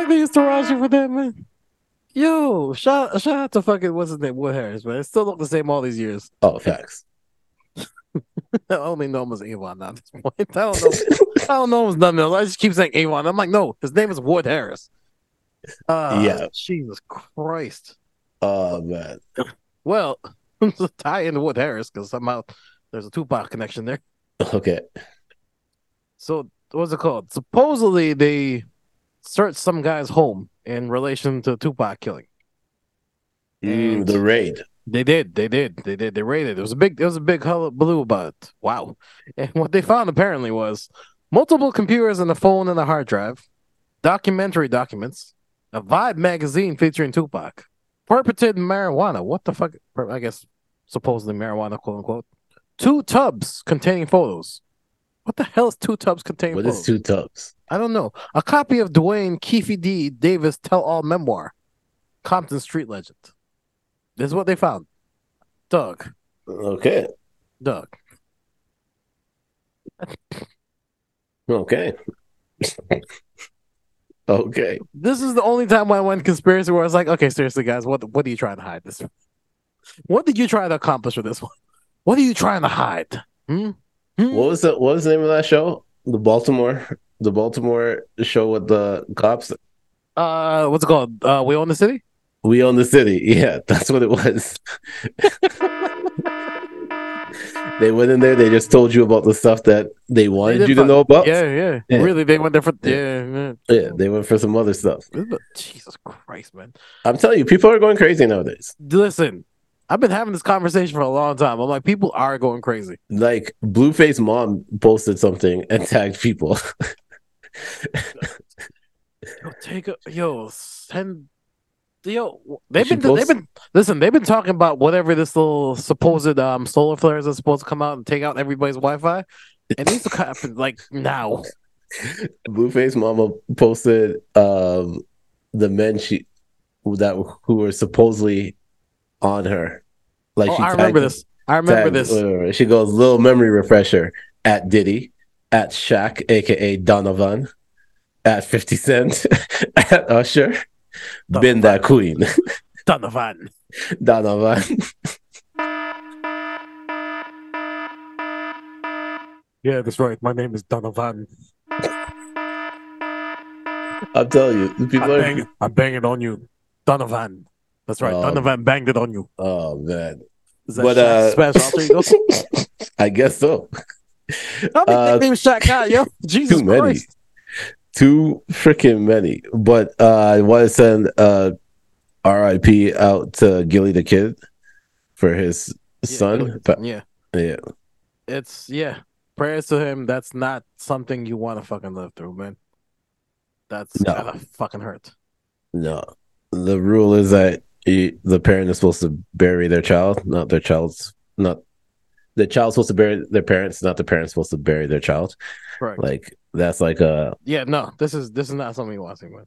S5: that he's Taraji for that, man. Yo, shout shout out to fucking what's his name, Wood Harris, man. It still look the same all these years.
S1: oh facts
S5: *laughs* I only know him as Avon now at this point. I don't know. I don't know him as nothing else. I just keep saying Avon. I'm like, no, his name is Wood Harris. Uh,
S1: Yeah.
S5: Jesus Christ.
S1: oh man
S5: Well, *laughs* tie into Wood Harris because somehow there's a Tupac connection there.
S1: okay
S5: So what's it called? Supposedly they searched some guy's home in relation to Tupac killing.
S1: Mm, the raid
S5: They did, they did, they did, they raided. It was a big, it was a big hullabaloo about it. Wow! *laughs* And what they found apparently was multiple computers and a phone and a hard drive, documentary documents, a Vibe magazine featuring Tupac, purported marijuana. What the fuck? Pur- I guess supposedly marijuana, quote unquote. Two tubs containing photos. What the hell is two tubs containing
S1: What
S5: photos?
S1: is two tubs?
S5: I don't know. A copy of Dwayne Keefe D. Davis Tell All Memoir, Compton Street Legend. This is what they found. Doug.
S1: Okay.
S5: Doug.
S1: Okay. *laughs* okay.
S5: This is the only time I went conspiracy where I was like, okay, seriously, guys, what what are you trying to hide this? What did you try to accomplish with this one? What are you trying to hide? Hmm?
S1: What was the what was the name of that show? The Baltimore the Baltimore show with the cops.
S5: Uh what's it called? Uh We Own the City?
S1: We own the city. *laughs* Yeah, that's what it was. *laughs* they went in there, they just told you about the stuff that they wanted
S5: did
S1: you to
S5: fun-
S1: know about.
S5: Yeah, yeah,
S1: Oh. Yeah.
S5: Really, they went there for yeah,
S1: Yeah, they went for some other stuff.
S5: yeah. Jesus Christ, man.
S1: I'm telling you, people are going crazy nowadays.
S5: listen, I've been having this conversation for a long time. I'm like, people are going crazy.
S1: Like Blueface mom posted something and *laughs* tagged people.
S5: Yo, take a yo, send yo. They've
S1: She
S5: been they've
S1: posts-
S5: been listen. They've been talking about whatever this little supposed um solar flares are supposed to come out and take out everybody's Wi-Fi. It needs to happen *laughs* like now.
S1: Blueface Mama posted um the men she who- that who were supposedly on her. Like
S5: Oh,
S1: she
S5: I remember
S1: tagged-
S5: this. I remember
S1: tagged-
S5: this.
S1: wait, wait, wait. She goes little memory refresher at Diddy, at Shaq, aka Donovan, at Fifty Cent, *laughs* at Usher, been that queen, *laughs*
S5: Donovan.
S1: Donovan.
S5: Yeah, that's right. My name is Donovan.
S1: I'm telling you, the people are
S5: I'm banging on you, Donovan. That's right.
S1: Um,
S5: Donovan banged it on you.
S1: Oh man.
S5: Is that
S1: But
S5: Shaq's
S1: uh,
S5: special alter *laughs*
S1: *laughs*
S5: ego?
S6: *laughs*
S1: I guess so.
S5: How many
S1: Uh,
S5: nicknames Shaq got, yo? Jesus
S1: *laughs* too many.
S5: Christ.
S1: Too freaking many. But uh, I want to send uh, RIP out to Gilly the Kid for his son. Pa-
S5: Yeah.
S1: yeah.
S5: It's yeah. Prayers to him. That's not something you want to fucking live through, man. That's
S1: No.
S5: gotta fucking hurt.
S1: No. the rule is that you, the parent is supposed to bury their child, not their child's not the child's supposed to bury their parents, not the parents supposed to bury their child.
S5: Correct.
S1: Like that's like a
S5: Yeah, no, this is this is not something you want to see, man.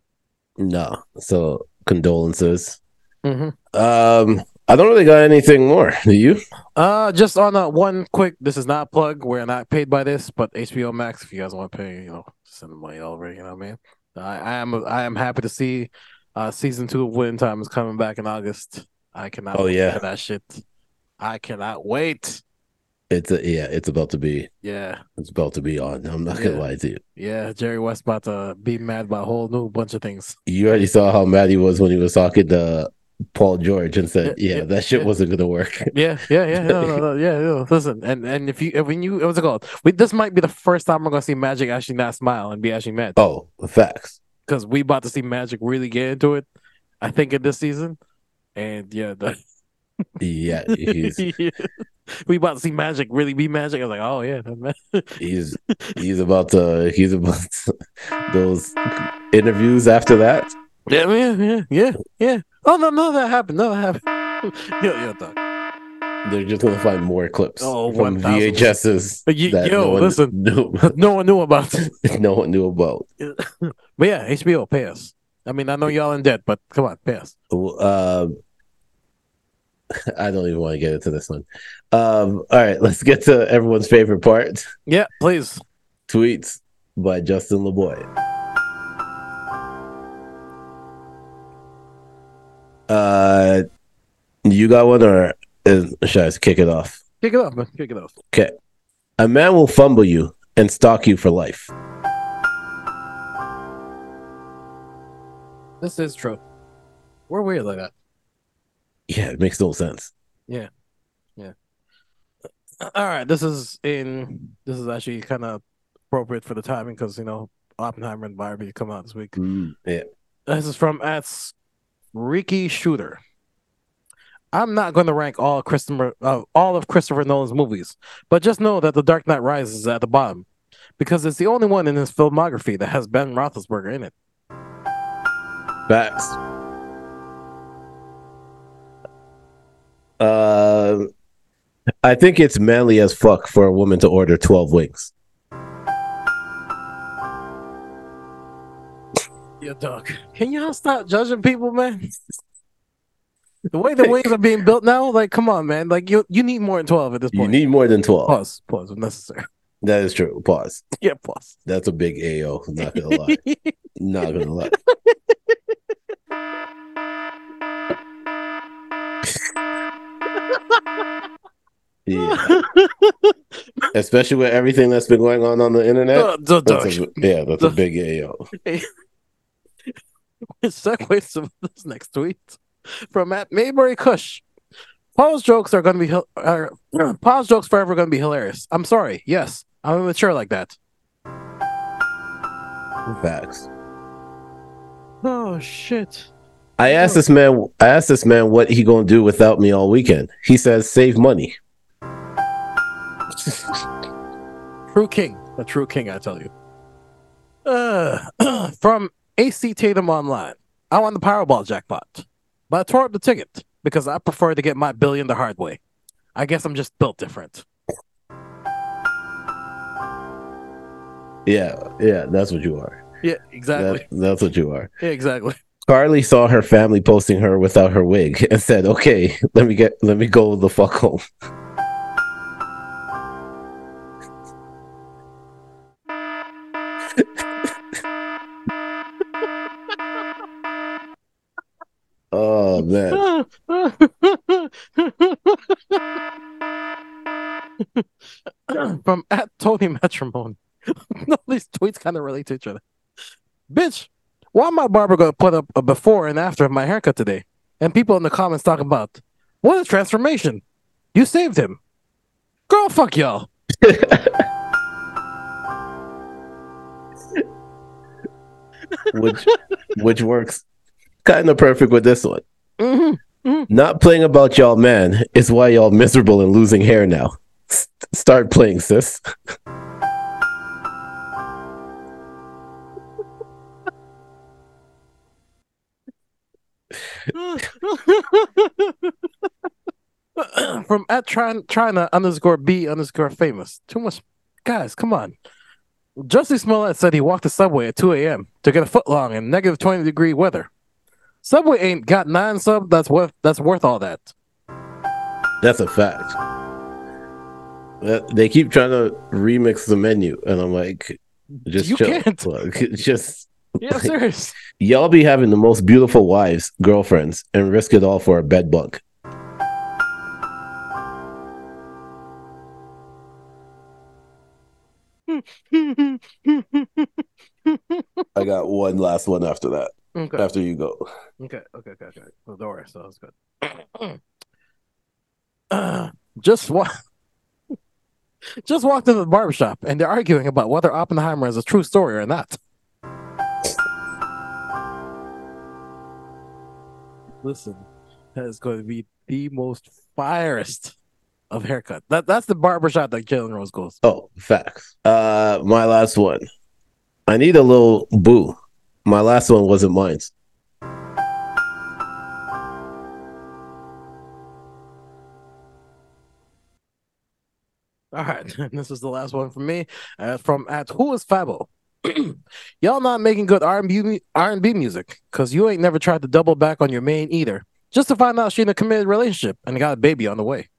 S1: no. So condolences.
S5: Mhm.
S1: Um, I don't really got anything more. Do you?
S5: Uh, just on uh, one quick. This is not a plug. We're not paid by this, but HBO Max. If you guys want to pay, you know, send the money over. You know what I mean? I, I am I am happy to see uh season two of Winning Time is coming back in August. I cannot.
S1: Oh,
S5: wait
S1: yeah.
S5: for that shit. I cannot wait.
S1: It's a, yeah. It's about to be.
S5: Yeah.
S1: It's about to be on. I'm not
S5: Yeah.
S1: gonna lie to you.
S5: Yeah, Jerry West about to be mad about a whole new bunch of things.
S1: You already saw how mad he was when he was talking to Paul George and said, "Yeah, that
S5: *laughs*
S1: shit wasn't gonna work."
S5: *laughs*
S1: *laughs*
S5: Yeah, yeah, yeah, no, no, *laughs* no, yeah, yeah. Listen, and and if you if when you what's it called? We, this might be the first time we're gonna see Magic actually not smile and be actually mad.
S1: Oh, facts.
S5: Because we about to see Magic really get into it. I think in this season, and yeah, the,
S1: yeah,
S5: *laughs*
S1: he's
S5: we about to see Magic really be Magic. I was like, oh yeah, that ma-
S1: he's he's about to he's about to- those interviews after that.
S5: yeah, man, yeah, yeah, yeah. Oh no, no, that happened. No, that happened. *laughs* yo, yo, dog.
S1: They're just gonna find more clips
S5: Oh,
S1: from
S5: 1000%.
S1: VHSs.
S5: Ye-
S1: that
S5: yo,
S1: one
S5: listen.
S1: *laughs* knew,
S5: No one knew about it. *laughs*
S1: no one knew about.
S5: But yeah, HBO, pay us. I mean, I know y'all in debt, but come on, pay us.
S1: Uh, *laughs* I don't even want to get into this one. Um, all right, let's get to everyone's favorite part.
S5: Yeah, please.
S1: Tweets by Justin LeBoy. Uh, you got one, or is, should I just kick it off?
S5: Kick it off, man. Kick it off.
S1: Okay. A man will fumble you and stalk you for life.
S5: This is true. We're weird like that. *clears throat*
S1: Yeah, it makes no sense.
S5: Yeah. Yeah. All right. This is in this is actually kind of appropriate for the timing because you know Oppenheimer and Barbie come out this week.
S1: Yeah.
S5: This is from at Ricky Shooter. I'm not going to rank all Christopher uh, all of Christopher Nolan's movies, but just know that The Dark Knight Rises is at the bottom because it's the only one in his filmography that has Ben Roethlisberger in it.
S1: Facts. Uh, I think it's manly as fuck for a woman to order 12 wings.
S5: Yeah, dog. Can y'all stop judging people, *laughs* man? The way the wings are being built now, like, come on, man. Like, you you need more than twelve at this
S1: You
S5: point.
S1: need more than 12.
S5: Pause, pause, if necessary. *laughs*
S1: That is true. Pause.
S5: Yeah, pause.
S1: That's a big AO. I'm not going to lie. not going to lie. Yeah. Especially with everything that's been going on on the internet.
S5: Duh, duh, duh.
S1: That's a, yeah, that's a big AO.
S5: Which segues to this next tweet from at Mayberry Cush. Paul's jokes are going to be hil- are, *clears throat* Paul's jokes forever going to be hilarious. I'm sorry. Yes, I'm immature like that.
S1: Facts.
S5: Oh shit.
S1: I asked this man. I asked this man what he gonna do without me all weekend. He says save money.
S5: True king, a true king, I tell you. Uh, *clears throat* from AC Tatum Online, I won the Powerball jackpot, but I tore up the ticket because I prefer to get my billion the hard way. I guess I'm just built different.
S1: Yeah, yeah, that's what you are.
S5: Yeah,
S1: That-
S5: exactly.
S1: that's what you are.
S5: Yeah, exactly.
S1: Carly saw her family posting her without her wig and said, "Okay, let me get, let me go the fuck home." *laughs* oh man,
S5: *laughs* From at Tony Matrimony. *laughs* All these tweets kind of relate to each other. Bitch, why my barber gonna put up a before and after of my haircut today? And people in the comments talking about what a transformation. You saved him. Girl, fuck y'all.
S1: which which works kind of perfect with this one.
S5: Mhm.
S1: Not playing about y'all, man, is why y'all miserable and losing hair now. S- start playing, sis.
S5: from at trying trying to underscore B underscore famous. Too much guys, come on. Jussie Smollett said he walked the subway at 2 a.m. to get a footlong in negative 20 degree weather. Subway ain't got nine sub. That's worth that's worth all that.
S1: That's a fact. That- They keep trying to remix the menu, and I'm like, just
S5: You
S1: chill.
S5: can't.
S1: Look, *laughs* just
S5: *laughs* Yeah, serious.
S1: y'all be having the most beautiful wives, girlfriends, and risk it all for a bed
S5: *laughs*
S1: bug. I got one last one after that.
S5: Okay.
S1: After you go,
S5: Okay, okay, okay, okay. Well, don't worry, so that's good. uh, *clears throat* just wa- *laughs* just walked into the barbershop and they're arguing about whether Oppenheimer is a true story or not. Listen, that is going to be the most firest of haircut. That that's the barbershop that Jalen Rose goes.
S1: Oh, facts. Uh, my last one. I need a little boo. My last one wasn't mine.
S5: All right, *laughs* this is the last one from me. Uh, from at who is Fabo? *clears throat* Y'all not making good R&B mu- R&B music because you ain't never tried to double back on your main either. Just to find out she in a committed relationship and got a baby on the way.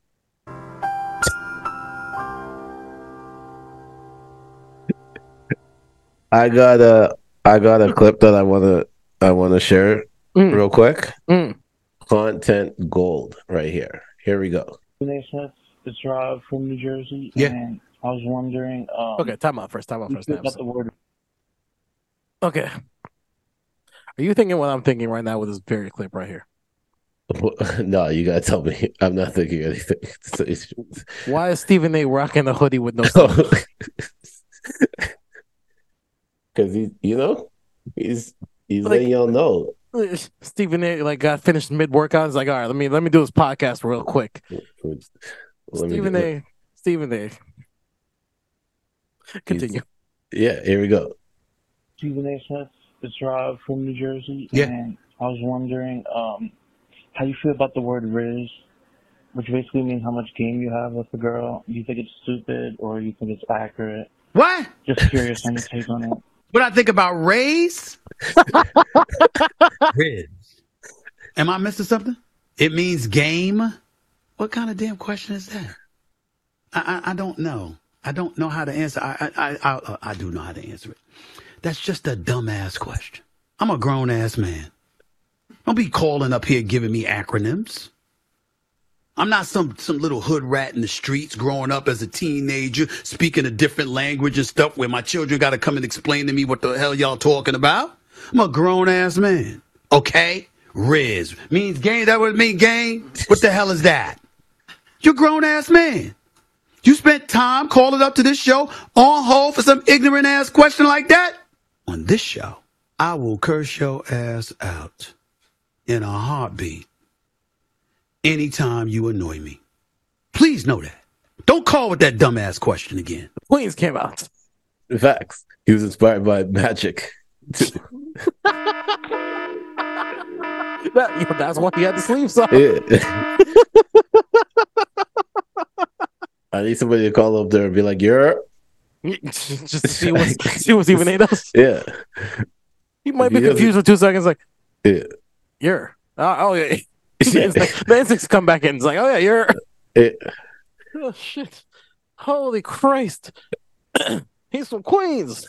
S1: I got a I got a clip that I wanna I wanna share
S5: Mm.
S1: real quick. Content gold right here. Here we go. *laughs*
S6: Vanessa, it's Rob from New Jersey.
S1: Yeah.
S6: And I was wondering. Um,
S5: Okay, time out first. Time out
S6: you
S5: first.
S6: picked
S5: Naps.
S6: up the word
S5: Okay. Are you thinking what I'm thinking right now with this very clip right here?
S1: no, you gotta tell me. *laughs* I'm not thinking anything. *laughs* It's-
S5: Why is Stephen A. rocking a hoodie with no?
S1: *laughs*
S5: *laughs* sleeves?
S1: Cause he you know, he's he's
S5: Like-
S1: letting y'all know.
S5: Stephen A. like got finished mid workout. He's like, all right, let me let me do this podcast real quick.
S1: Let me
S5: Stephen
S1: do-
S5: A. Stephen A. Continue.
S1: Yeah, here we go.
S6: to Vanessa. It's Rob from New Jersey.
S1: Yeah.
S6: And I was wondering um, how you feel about the word Riz, which basically means how much game you have with the girl. Do you think it's stupid or you think it's accurate?
S13: What?
S6: Just curious on your take on it.
S13: What I think about raise? Riz. Am I missing something? It means game. What kind of damn question is that? I I, I don't know. I don't know how to answer. I I I, I uh, I do know how to answer it. That's just a dumbass question. I'm a grown ass man. Don't be calling up here giving me acronyms. I'm not some some little hood rat in the streets growing up as a teenager, speaking a different language and stuff where my children gotta come and explain to me what the hell y'all talking about. I'm a grown ass man. Okay? Riz means game. That would mean game. What the hell is that? You're a grown ass man. You spent time calling up to this show on hold for some ignorant ass question like that? On this show, I will curse your ass out in a heartbeat anytime you annoy me. Please know that. Don't call with that dumbass question again.
S5: Queens came out. *laughs*
S1: Facts. He was inspired by magic.
S5: That- yeah, that's why he had the sleeves on.
S1: Yeah. I need somebody to call up there and be like, "You're
S5: *laughs* *laughs* Just to see what's, see what's even in us.
S1: yeah,
S5: He might
S1: He
S5: be
S1: doesn't-
S5: confused for two seconds. Like,
S1: yeah,
S5: you're. Oh, oh *laughs* yeah. It's like- the instincts come back in. It's like, oh yeah, *laughs* you're.
S1: *laughs* yeah."
S5: Oh shit! Holy Christ! *clears throat* He's from Queens.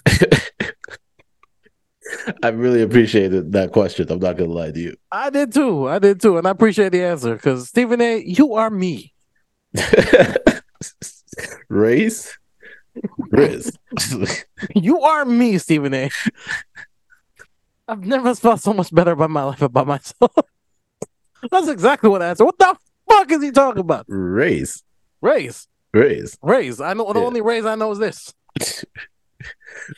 S1: I really appreciated that question. I'm not gonna lie to you. *laughs*
S5: I did too. I did too, and I appreciate the answer because Stephen A. You are me. *laughs*
S1: Race, Riz.
S5: You are me, Stephen A. *laughs* I've never felt so much better about my life about myself. *laughs* That's exactly what I answered. What the fuck is he talking about?
S1: *laughs* Race,
S5: Raise,
S1: Raise,
S5: raise. I know the
S1: Yeah.
S5: only raise I know is this.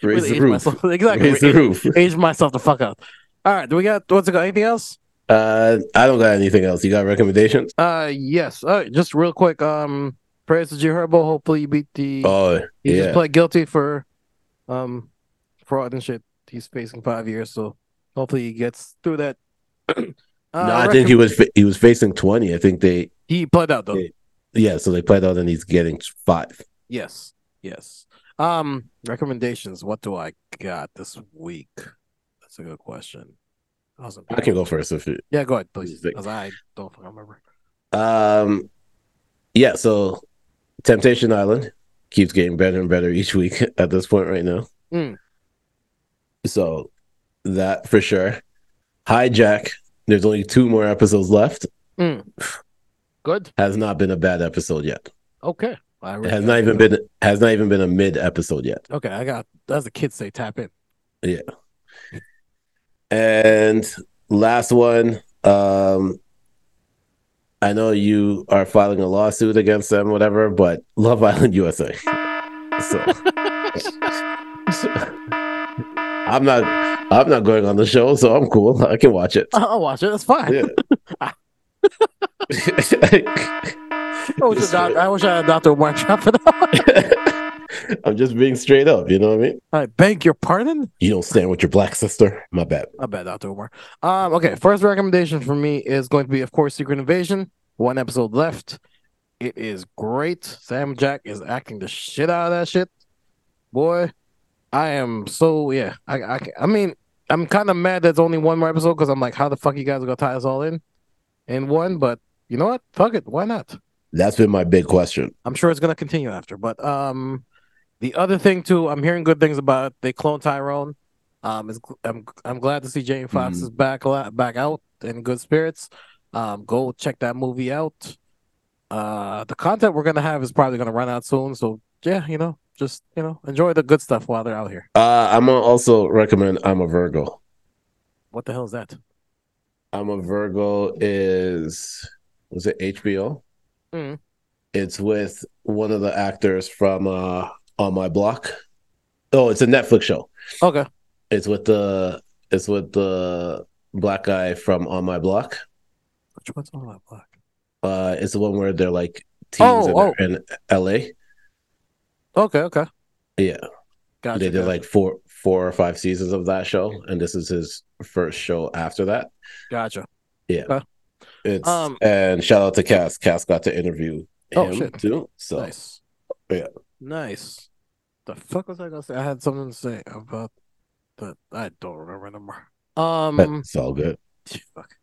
S1: Raise
S5: Really
S1: the
S5: aged
S1: roof.
S5: myself- *laughs* Exactly.
S1: Raise the roof.
S5: Age myself the fuck out. All right. Do we got what's it got? Anything else?
S1: Uh, I don't got anything else. You got recommendations?
S5: Uh, yes. Uh, just real quick. Um, praise to G Herbo. Hopefully, you beat the.
S1: Oh,
S5: he
S1: yeah.
S5: just pled guilty for, um, fraud and shit. He's facing five years, so hopefully he gets through that. *clears throat* Uh,
S1: no, I think he was fa- he was facing 20. I think they
S5: He pled out though.
S1: Yeah, so they played out and he's getting five.
S5: Yes. Yes. Um, recommendations. What do I got this week? That's a good question. I, wasn't
S1: I can go first if you.
S5: Yeah, go ahead, please. Because I don't fucking remember.
S1: Um, yeah. So, Temptation Island keeps getting better and better each week *laughs* at this point right now.
S5: Mm.
S1: So, that for sure. Hijack. There's only two more episodes left.
S5: Mm. Good.
S1: Has not been a bad episode yet.
S5: Okay. I
S1: It has not even been has not even been a mid episode yet.
S5: Okay, I got as the kids say, tap *laughs* in.
S1: Yeah. And last one, um I know you are filing a lawsuit against them, whatever, but Love Island USA. So *laughs* I'm not I'm not going on the show, so I'm cool. I can watch it. *laughs*
S5: I'll Oh, watch it. That's fine.
S1: Yeah.
S5: *laughs* I, wish a doc- I wish I had Dr. Mark for that.
S1: I'm just being straight up, you know what I mean?
S5: I beg your pardon?
S1: You don't stand with your black sister. My bad.
S5: I bet Dr. Omar. Um, okay, first recommendation for me is going to be, of course, Secret Invasion. One episode left. It is great. Sam Jack is acting the shit out of that shit. Boy, I am so yeah. I I, ca- I mean, I'm kind of mad that's only one more episode because I'm like, how the fuck you guys gonna tie us all in in one? But you know what? Fuck it. Why not?
S1: That's been my big question.
S5: I'm sure it's gonna continue after. But um, the other thing too, I'm hearing good things about. it. They clone Tyrone. Um, it's, I'm I'm glad to see Jamie Foxx
S1: Mm-hmm.
S5: is back li- back out in good spirits. Um, go check that movie out. Uh, the content we're gonna have is probably gonna run out soon. So yeah, you know, just you know, enjoy the good stuff while they're out here.
S1: Uh, I'm gonna also recommend I'm a Virgo.
S5: What the hell is that?
S1: I'm a Virgo is was it HBO?
S5: Mm.
S1: It's with one of the actors from uh on my block. Oh, it's a Netflix show.
S5: Okay.
S1: It's with the it's with the black guy from on my block.
S5: Which one's on that block?
S1: Uh it's the one where they're like teens
S5: Oh,
S1: and they're in
S5: Okay, okay.
S1: LA. Yeah.
S5: Gotcha,
S1: they did
S5: gotcha.
S1: like four four or five seasons of that show and this is his first show after that.
S5: Gotcha.
S1: Yeah.
S5: Okay.
S1: It's
S5: Um,
S1: and shout out to Cass. Cass got to interview
S5: Oh,
S1: him
S5: shit.
S1: too. So
S5: Nice.
S1: yeah.
S5: Nice. The fuck was I gonna say? I had something to say about but I don't remember anymore. Um
S1: It's all good.
S5: fuck.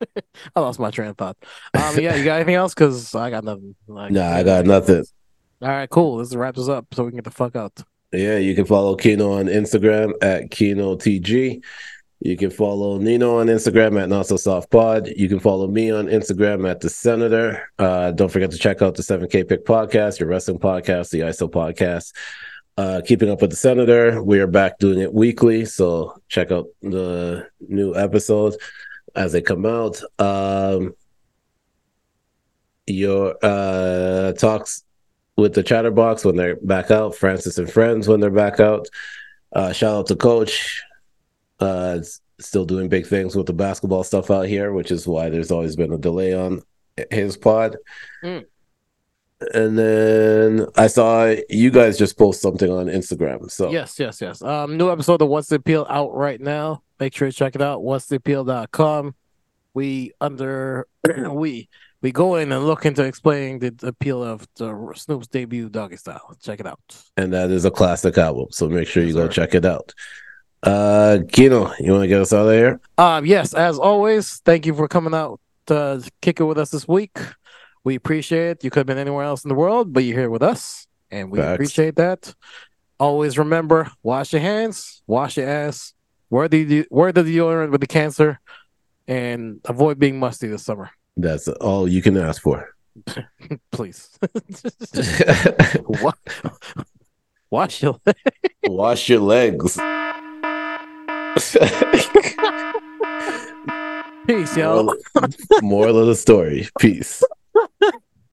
S5: *laughs* I lost my train of thought.
S1: *laughs*
S5: Um yeah, you got anything else? Cause I got nothing. Like
S1: Nah, I got nothing.
S5: all right, cool. This wraps us up so we can get the fuck out.
S1: Yeah, you can follow Kino on Instagram at Kino TG. You can follow Nino on Instagram at Not So Soft Pod. You can follow me on Instagram at The Senator. Uh, don't forget to check out the 7K Pick Podcast, your wrestling podcast, the ISO podcast. Uh, keeping up with the Senator, we are back doing it weekly. So check out the new episodes as they come out. Um, your uh talks with the chatterbox when they're back out francis and friends when they're back out uh shout out to coach uh s- still doing big things with the basketball stuff out here which is why there's always been a delay on his pod
S5: Mm.
S1: and then i saw you guys just post something on instagram so
S5: Yes, yes, yes. Um, new episode of What's the Appeal out right now. Make sure you check it out. What's the appeal.com. We under *clears throat* we we go in and look into explaining the appeal of the Snoop's debut Doggy Style. Check it out.
S1: and that is a classic album so make sure you go check it out uh kino you want to get us out of here
S5: Um, yes, as always, thank you for coming out to kick it with us this week. We appreciate it. You could have been anywhere else in the world, but you're here with us, and we
S1: Facts.
S5: appreciate that. Always remember: wash your hands, wash your ass, wear the wear the deodorant with the cancer, and avoid being musty this summer,
S1: that's all you can ask for
S5: please. *laughs* Wa- *laughs* wash your
S1: *laughs*
S5: *laughs*
S1: Wash your legs.
S5: peace, y'all.
S1: Moral of the story. Peace.